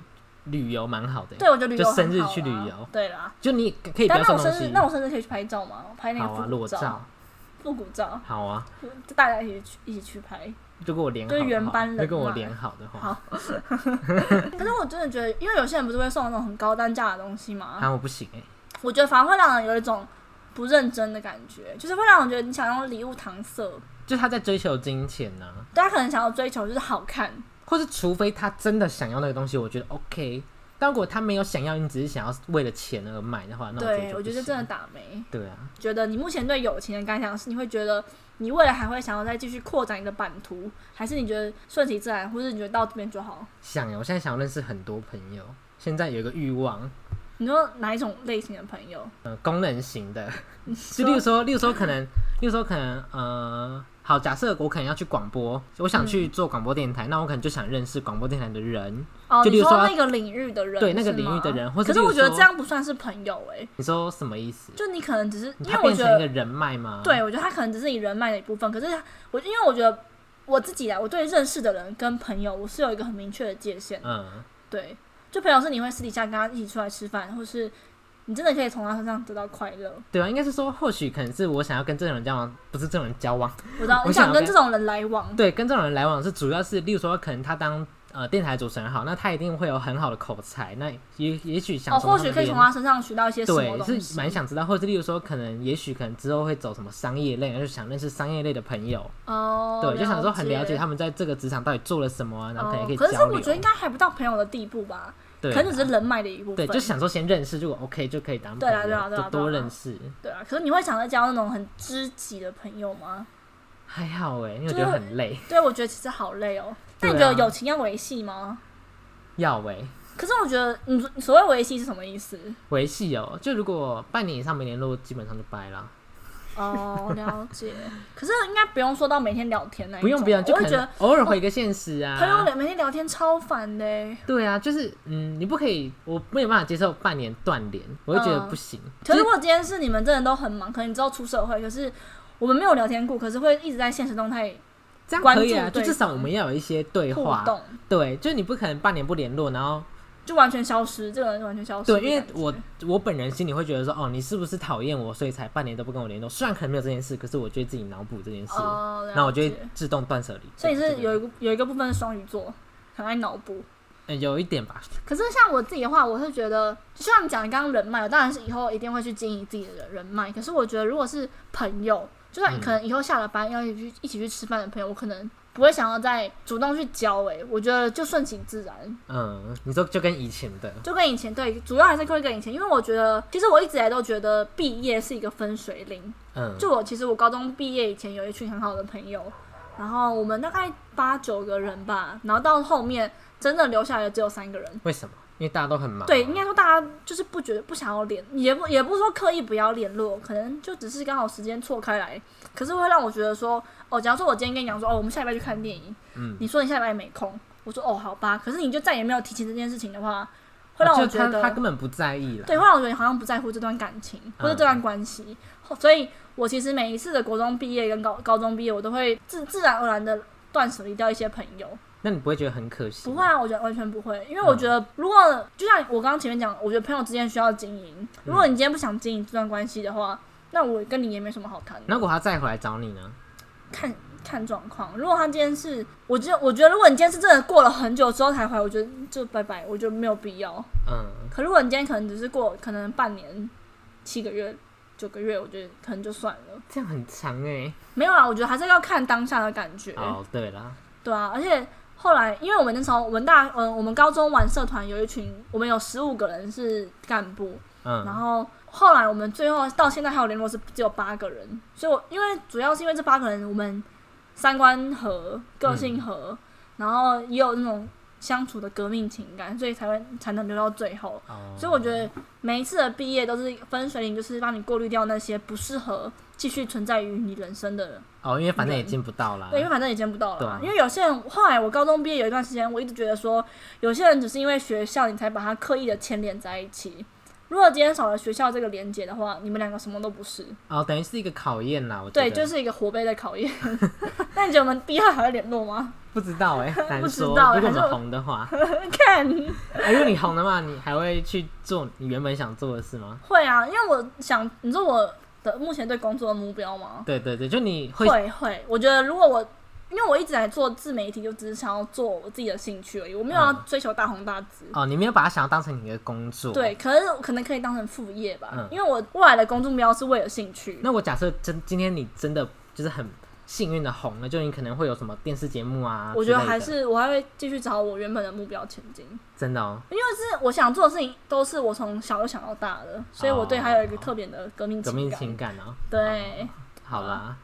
[SPEAKER 2] 旅游蛮好的欸、
[SPEAKER 1] 对，我觉得旅游
[SPEAKER 2] 就
[SPEAKER 1] 很
[SPEAKER 2] 生日
[SPEAKER 1] 好
[SPEAKER 2] 去
[SPEAKER 1] 啦
[SPEAKER 2] 旅游，
[SPEAKER 1] 对啦。
[SPEAKER 2] 就你可以不
[SPEAKER 1] 但
[SPEAKER 2] 要
[SPEAKER 1] 那
[SPEAKER 2] 送
[SPEAKER 1] 我
[SPEAKER 2] 东
[SPEAKER 1] 生日
[SPEAKER 2] 西，。
[SPEAKER 1] 那我生日可以去拍照吗？我拍那
[SPEAKER 2] 好啊，
[SPEAKER 1] 个复
[SPEAKER 2] 裸
[SPEAKER 1] 古照，
[SPEAKER 2] 照。
[SPEAKER 1] 复古照，
[SPEAKER 2] 好啊，
[SPEAKER 1] 就大家一起去一起去拍。
[SPEAKER 2] 就跟我连好
[SPEAKER 1] 就
[SPEAKER 2] 的
[SPEAKER 1] 是
[SPEAKER 2] 话，
[SPEAKER 1] 原班人
[SPEAKER 2] 就跟我
[SPEAKER 1] 嘛
[SPEAKER 2] 连好的话，
[SPEAKER 1] 好可是我真的觉得，因为有些人不是会送那种很高单价的东西吗？
[SPEAKER 2] 啊，我不行哎、
[SPEAKER 1] 我觉得反而会让人有一种不认真的感觉，就是会让人觉得你想用礼物搪塞，
[SPEAKER 2] 就他在追求金钱呢、
[SPEAKER 1] 大家可能想要追求就是好看，
[SPEAKER 2] 或是除非他真的想要那个东西，我觉得 OK。但如果他没有想要，你只是想要为了钱而买的话，那
[SPEAKER 1] 对我觉得
[SPEAKER 2] 觉得就不行
[SPEAKER 1] 真的打没。
[SPEAKER 2] 对啊，
[SPEAKER 1] 觉得你目前对友情的感想是，你会觉得你未来还会想要再继续扩展你的版图，还是你觉得顺其自然，或是你觉得到这边就好？
[SPEAKER 2] 想欸我现在想要认识很多朋友，现在有一个欲望，
[SPEAKER 1] 你说哪一种类型的朋友？
[SPEAKER 2] 呃，功能型的，就
[SPEAKER 1] 说
[SPEAKER 2] 例如说，例如说可能，例如说可能，呃，好，假设我可能要去广播，我想
[SPEAKER 1] 嗯
[SPEAKER 2] 去做广播电台，那我可能就想认识广播电台的人。
[SPEAKER 1] 哦，
[SPEAKER 2] 就例
[SPEAKER 1] 你
[SPEAKER 2] 如说
[SPEAKER 1] 那个领域的人，
[SPEAKER 2] 对那个
[SPEAKER 1] 是吗
[SPEAKER 2] 领域的人或是
[SPEAKER 1] 可是
[SPEAKER 2] 例如
[SPEAKER 1] 我觉得
[SPEAKER 2] 说
[SPEAKER 1] 这样不算是朋友哎、
[SPEAKER 2] 你说什么意思？
[SPEAKER 1] 就你可能只是因为
[SPEAKER 2] 嗯他
[SPEAKER 1] 我
[SPEAKER 2] 变
[SPEAKER 1] 觉
[SPEAKER 2] 成一
[SPEAKER 1] 得
[SPEAKER 2] 个人脉吗？啊
[SPEAKER 1] 对，我觉得他可能只是你人脉的一部分。可是他我因为我觉得我自己啊，我对认识的人跟朋友，我是有一个很明确的界限的。
[SPEAKER 2] 嗯，
[SPEAKER 1] 对，就朋友是你会私底下跟他一起出来吃饭，或是你真的可以从他身上得到快乐。
[SPEAKER 2] 对啊，应该是说，或许可能是我想要跟这种人交往，不是这种人交往，
[SPEAKER 1] 我知道，
[SPEAKER 2] 我
[SPEAKER 1] 你
[SPEAKER 2] 想
[SPEAKER 1] 想跟
[SPEAKER 2] 要
[SPEAKER 1] 这种人来往，哦
[SPEAKER 2] 对，跟这种人来往是主要是，例如说，可能他当呃电台主持人好，那他一定会有很好的口才，那也也许想
[SPEAKER 1] 哦，
[SPEAKER 2] 从他
[SPEAKER 1] 或
[SPEAKER 2] 那
[SPEAKER 1] 许可以
[SPEAKER 2] 边
[SPEAKER 1] 从他身上学到一些什么东
[SPEAKER 2] 对，
[SPEAKER 1] 西。
[SPEAKER 2] 是蛮想知道，或者是例如说，可能也许可能之后会走什么商业类，然后就想认识商业类的朋友，
[SPEAKER 1] 哦，
[SPEAKER 2] 对，就想说很了解
[SPEAKER 1] 他。
[SPEAKER 2] 他们在这个职场到底做了什么啊，然后可能
[SPEAKER 1] 哦
[SPEAKER 2] 可以，
[SPEAKER 1] 可是
[SPEAKER 2] 交
[SPEAKER 1] 我
[SPEAKER 2] 流，
[SPEAKER 1] 觉得应该还不到朋友的地步吧，
[SPEAKER 2] 对
[SPEAKER 1] 可能只是人脉的一部
[SPEAKER 2] 对，
[SPEAKER 1] 分。
[SPEAKER 2] 就想说先认识，如果 OK 就可以当
[SPEAKER 1] 对
[SPEAKER 2] 朋
[SPEAKER 1] 啊对啊
[SPEAKER 2] 友，
[SPEAKER 1] 对啊
[SPEAKER 2] 就
[SPEAKER 1] 对啊
[SPEAKER 2] 多认识，
[SPEAKER 1] 对啊，可是你会想要交那种很知己的朋友吗？
[SPEAKER 2] 还好哎，因为我
[SPEAKER 1] 就
[SPEAKER 2] 觉得很累，
[SPEAKER 1] 对，我觉得其实好累哦。那你觉
[SPEAKER 2] 对啊
[SPEAKER 1] 得友情要维系吗？
[SPEAKER 2] 要哎。
[SPEAKER 1] 可是我觉得你你所谓维系是什么意思？
[SPEAKER 2] 维系哦，就如果半年以上没联络，基本上就掰了。
[SPEAKER 1] 哦，了解。可是应该不用说到每天聊天那一种
[SPEAKER 2] 不用不用，就
[SPEAKER 1] 我
[SPEAKER 2] 可
[SPEAKER 1] 会觉
[SPEAKER 2] 能
[SPEAKER 1] 得
[SPEAKER 2] 偶尔回个现实啊。
[SPEAKER 1] 朋友每天聊天超烦的欸。
[SPEAKER 2] 对啊，就是嗯，你不可以，我没有办法接受半年断联，我就觉得不行。
[SPEAKER 1] 嗯可
[SPEAKER 2] 就是
[SPEAKER 1] 如
[SPEAKER 2] 是
[SPEAKER 1] 果今天是你们真的都很忙，可能你之后出社会，可是我们没有聊天过，可是会一直在现实动态
[SPEAKER 2] 这样
[SPEAKER 1] 关
[SPEAKER 2] 可以啊，
[SPEAKER 1] 注
[SPEAKER 2] 就
[SPEAKER 1] 对
[SPEAKER 2] 至少我们要有一些对
[SPEAKER 1] 互
[SPEAKER 2] 话。
[SPEAKER 1] 动，
[SPEAKER 2] 对，就是你不可能半年不联络，然后
[SPEAKER 1] 就完全消失，这个人就完全消失的感
[SPEAKER 2] 对，
[SPEAKER 1] 觉。
[SPEAKER 2] 因为我我本人心里会觉得说，哦，你是不是讨厌我，所以才半年都不跟我联络？虽然可能没有这件事，可是我就会自己脑补这件事，
[SPEAKER 1] 哦，
[SPEAKER 2] 然后我
[SPEAKER 1] 觉
[SPEAKER 2] 就会
[SPEAKER 1] 得，
[SPEAKER 2] 自动断舍离。
[SPEAKER 1] 所以你
[SPEAKER 2] 这
[SPEAKER 1] 是
[SPEAKER 2] 个
[SPEAKER 1] 有一个有一个部分是双鱼座，很爱脑补。
[SPEAKER 2] 呃有一点吧，
[SPEAKER 1] 可是像我自己的话，我是觉得，就像你讲的刚刚人脉，我当然是以后一定会去经营自己的人脉。可是我觉得，如果是朋友，就算
[SPEAKER 2] 嗯
[SPEAKER 1] 可能以后下了班要一起去一起去吃饭的朋友，我可能不会想要再主动去交、欸。我觉得就顺其自然，
[SPEAKER 2] 嗯，你说就跟以前的，
[SPEAKER 1] 就跟以前对，主要还是会跟以前，因为我觉得，其实我一直以来都觉得毕业是一个分水岭。
[SPEAKER 2] 嗯，
[SPEAKER 1] 就我其实我高中毕业以前有一群很好的朋友，然后我们大概八九个人吧，然后到后面真的留下来的只有三个人。
[SPEAKER 2] 为什么？因为大家都很忙啊，
[SPEAKER 1] 对，应该说大家就是不觉得不想要联，也不也不是说刻意不要联络，可能就只是刚好时间错开来。可是会让我觉得说，哦，假如说我今天跟你讲说，哦，我们下礼拜去看电影，
[SPEAKER 2] 嗯
[SPEAKER 1] 你说你下礼拜没空，我说哦，好吧，可是你就再也没有提起这件事情的话，会
[SPEAKER 2] 啊
[SPEAKER 1] 让我
[SPEAKER 2] 就
[SPEAKER 1] 觉
[SPEAKER 2] 他
[SPEAKER 1] 得、
[SPEAKER 2] 他根本不在意了。
[SPEAKER 1] 对，会让我觉得你好像不在乎这段感情或者这
[SPEAKER 2] 嗯
[SPEAKER 1] 段关系，后所以我其实每一次的国中毕业跟高高中毕业，我都会自自然而然的断舍离掉一些朋友。
[SPEAKER 2] 那你不会觉得很可惜？
[SPEAKER 1] 不会，啊，我觉得完全不会，因为
[SPEAKER 2] 嗯
[SPEAKER 1] 我觉得如果、就像我刚刚前面讲，我觉得朋友之间需要经营。如
[SPEAKER 2] 嗯
[SPEAKER 1] 果你今天不想经营这段关系的话，那我跟你也没什么好谈的。
[SPEAKER 2] 那如果他再回来找你呢？
[SPEAKER 1] 看看状况。如果他今天是，我觉得我觉得如果你今天是真的过了很久之后才回来，我觉得就拜拜，我觉得没有必要。
[SPEAKER 2] 嗯，
[SPEAKER 1] 可如果你今天可能只是过可能半年、七个月、九个月，我觉得可能就算了。
[SPEAKER 2] 这样很长哎、
[SPEAKER 1] 没有啦，我觉得还是要看当下的感觉。
[SPEAKER 2] 哦，对啦，
[SPEAKER 1] 对啊，而且后来，因为我们那时候我们大嗯，我们高中玩社团有一群，我们有十五个人是干部，
[SPEAKER 2] 嗯，
[SPEAKER 1] 然后后来我们最后到现在还有联络是只有八个人，所以我因为主要是因为这八个人我们三观合、个性合，
[SPEAKER 2] 嗯
[SPEAKER 1] 然后也有那种相处的革命情感，所以才会才能留到最后。
[SPEAKER 2] 哦
[SPEAKER 1] 所以我觉得每一次的毕业都是分水岭，就是帮你过滤掉那些不适合继续存在于你人生的人。
[SPEAKER 2] 哦，因为反正也见不到啦，
[SPEAKER 1] 对，因为反正也见不到了
[SPEAKER 2] 啊对
[SPEAKER 1] 嘛
[SPEAKER 2] 啊。
[SPEAKER 1] 因为有些人后来我高中毕业有一段时间，我一直觉得说，有些人只是因为学校，你才把他刻意的牵连在一起。如果今天少了学校这个连接的话，你们两个什么都不是，
[SPEAKER 2] 哦，等于是一个考验啦，我觉
[SPEAKER 1] 对，
[SPEAKER 2] 得
[SPEAKER 1] 就是一个活杯的考验。 那你觉得我们毕业还会联络吗？
[SPEAKER 2] 不知道 哎、难
[SPEAKER 1] 不知
[SPEAKER 2] 说。
[SPEAKER 1] 道欸
[SPEAKER 2] 如果我
[SPEAKER 1] 还是
[SPEAKER 2] 们红的话，
[SPEAKER 1] 看，
[SPEAKER 2] 哎如果你红的话，你还会去做你原本想做的事吗？
[SPEAKER 1] 会啊，因为我想，你说我的目前对工作的目标吗？
[SPEAKER 2] 对对对，就你会
[SPEAKER 1] 会会，我觉得如果我，因为我一直在做自媒体，就只是想要做我自己的兴趣而已，我没有要
[SPEAKER 2] 嗯
[SPEAKER 1] 追求大红大紫。
[SPEAKER 2] 哦，你没有把它想要当成你的工作。，
[SPEAKER 1] 对，可是可能可以当成副业吧，
[SPEAKER 2] 嗯
[SPEAKER 1] 因为我未来的工作目标是为了兴趣。
[SPEAKER 2] 那我假设真今天你真的就是很幸运的红了，就你可能会有什么电视节目啊之类的，
[SPEAKER 1] 我觉得还是我还会继续朝我原本的目标前进，
[SPEAKER 2] 真的哦，
[SPEAKER 1] 因为是我想做的事情都是我从小就想到大的，所以我对它有一个特别的革命
[SPEAKER 2] 哦革
[SPEAKER 1] 情
[SPEAKER 2] 命
[SPEAKER 1] 感。啊
[SPEAKER 2] 情感哦。
[SPEAKER 1] 对，
[SPEAKER 2] 好啦，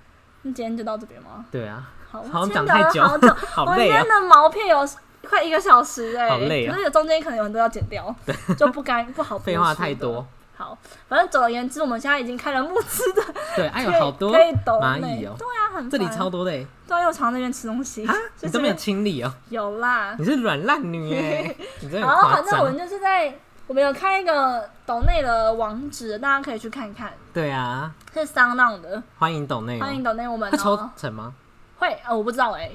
[SPEAKER 1] 那今天就到这边吗？
[SPEAKER 2] 对啊，
[SPEAKER 1] 好，
[SPEAKER 2] 好
[SPEAKER 1] 我
[SPEAKER 2] 像
[SPEAKER 1] 们今天
[SPEAKER 2] 讲
[SPEAKER 1] 聊
[SPEAKER 2] 太
[SPEAKER 1] 了好久，
[SPEAKER 2] 久，
[SPEAKER 1] 我
[SPEAKER 2] 好
[SPEAKER 1] 们今
[SPEAKER 2] 累啊
[SPEAKER 1] 天。的毛片有快一个小时哎、
[SPEAKER 2] 好累啊
[SPEAKER 1] 可是中间可能有很多要剪掉，就不该不 好播
[SPEAKER 2] 废话
[SPEAKER 1] 出
[SPEAKER 2] 太
[SPEAKER 1] 的
[SPEAKER 2] 多。
[SPEAKER 1] 好，反正总而言之，我们现在已经开了募资的，
[SPEAKER 2] 对，哎有
[SPEAKER 1] 可以
[SPEAKER 2] 好多
[SPEAKER 1] 可以抖
[SPEAKER 2] 蚂
[SPEAKER 1] 内
[SPEAKER 2] 蚁哦，
[SPEAKER 1] 对啊，很
[SPEAKER 2] 这里
[SPEAKER 1] 烦
[SPEAKER 2] 超多的欸，
[SPEAKER 1] 对啊，因为我常常在那边吃东西， 就
[SPEAKER 2] 你
[SPEAKER 1] 是
[SPEAKER 2] 都没有清理 哦，
[SPEAKER 1] 有啦。
[SPEAKER 2] 你是软烂女哎，你真的
[SPEAKER 1] 然
[SPEAKER 2] 很
[SPEAKER 1] 后
[SPEAKER 2] 夸
[SPEAKER 1] 反正我们
[SPEAKER 2] 张。
[SPEAKER 1] 就是在我们有开一个岛内的网址，大家可以去看看，
[SPEAKER 2] 对啊，
[SPEAKER 1] 是商浪的，
[SPEAKER 2] 欢迎抖内哦，
[SPEAKER 1] 欢迎岛内我们
[SPEAKER 2] 会抽
[SPEAKER 1] 哦。
[SPEAKER 2] 成吗？
[SPEAKER 1] 会呃，我不知道哎、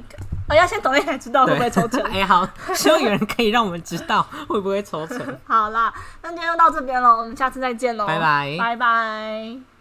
[SPEAKER 1] 呃，要先抖音才知道会不会 抽成。
[SPEAKER 2] 哎，好，希望有人可以让我们知道会不会抽成。
[SPEAKER 1] 好啦，那今天就到这边了，我们下次再见喽，
[SPEAKER 2] 拜拜
[SPEAKER 1] 拜拜。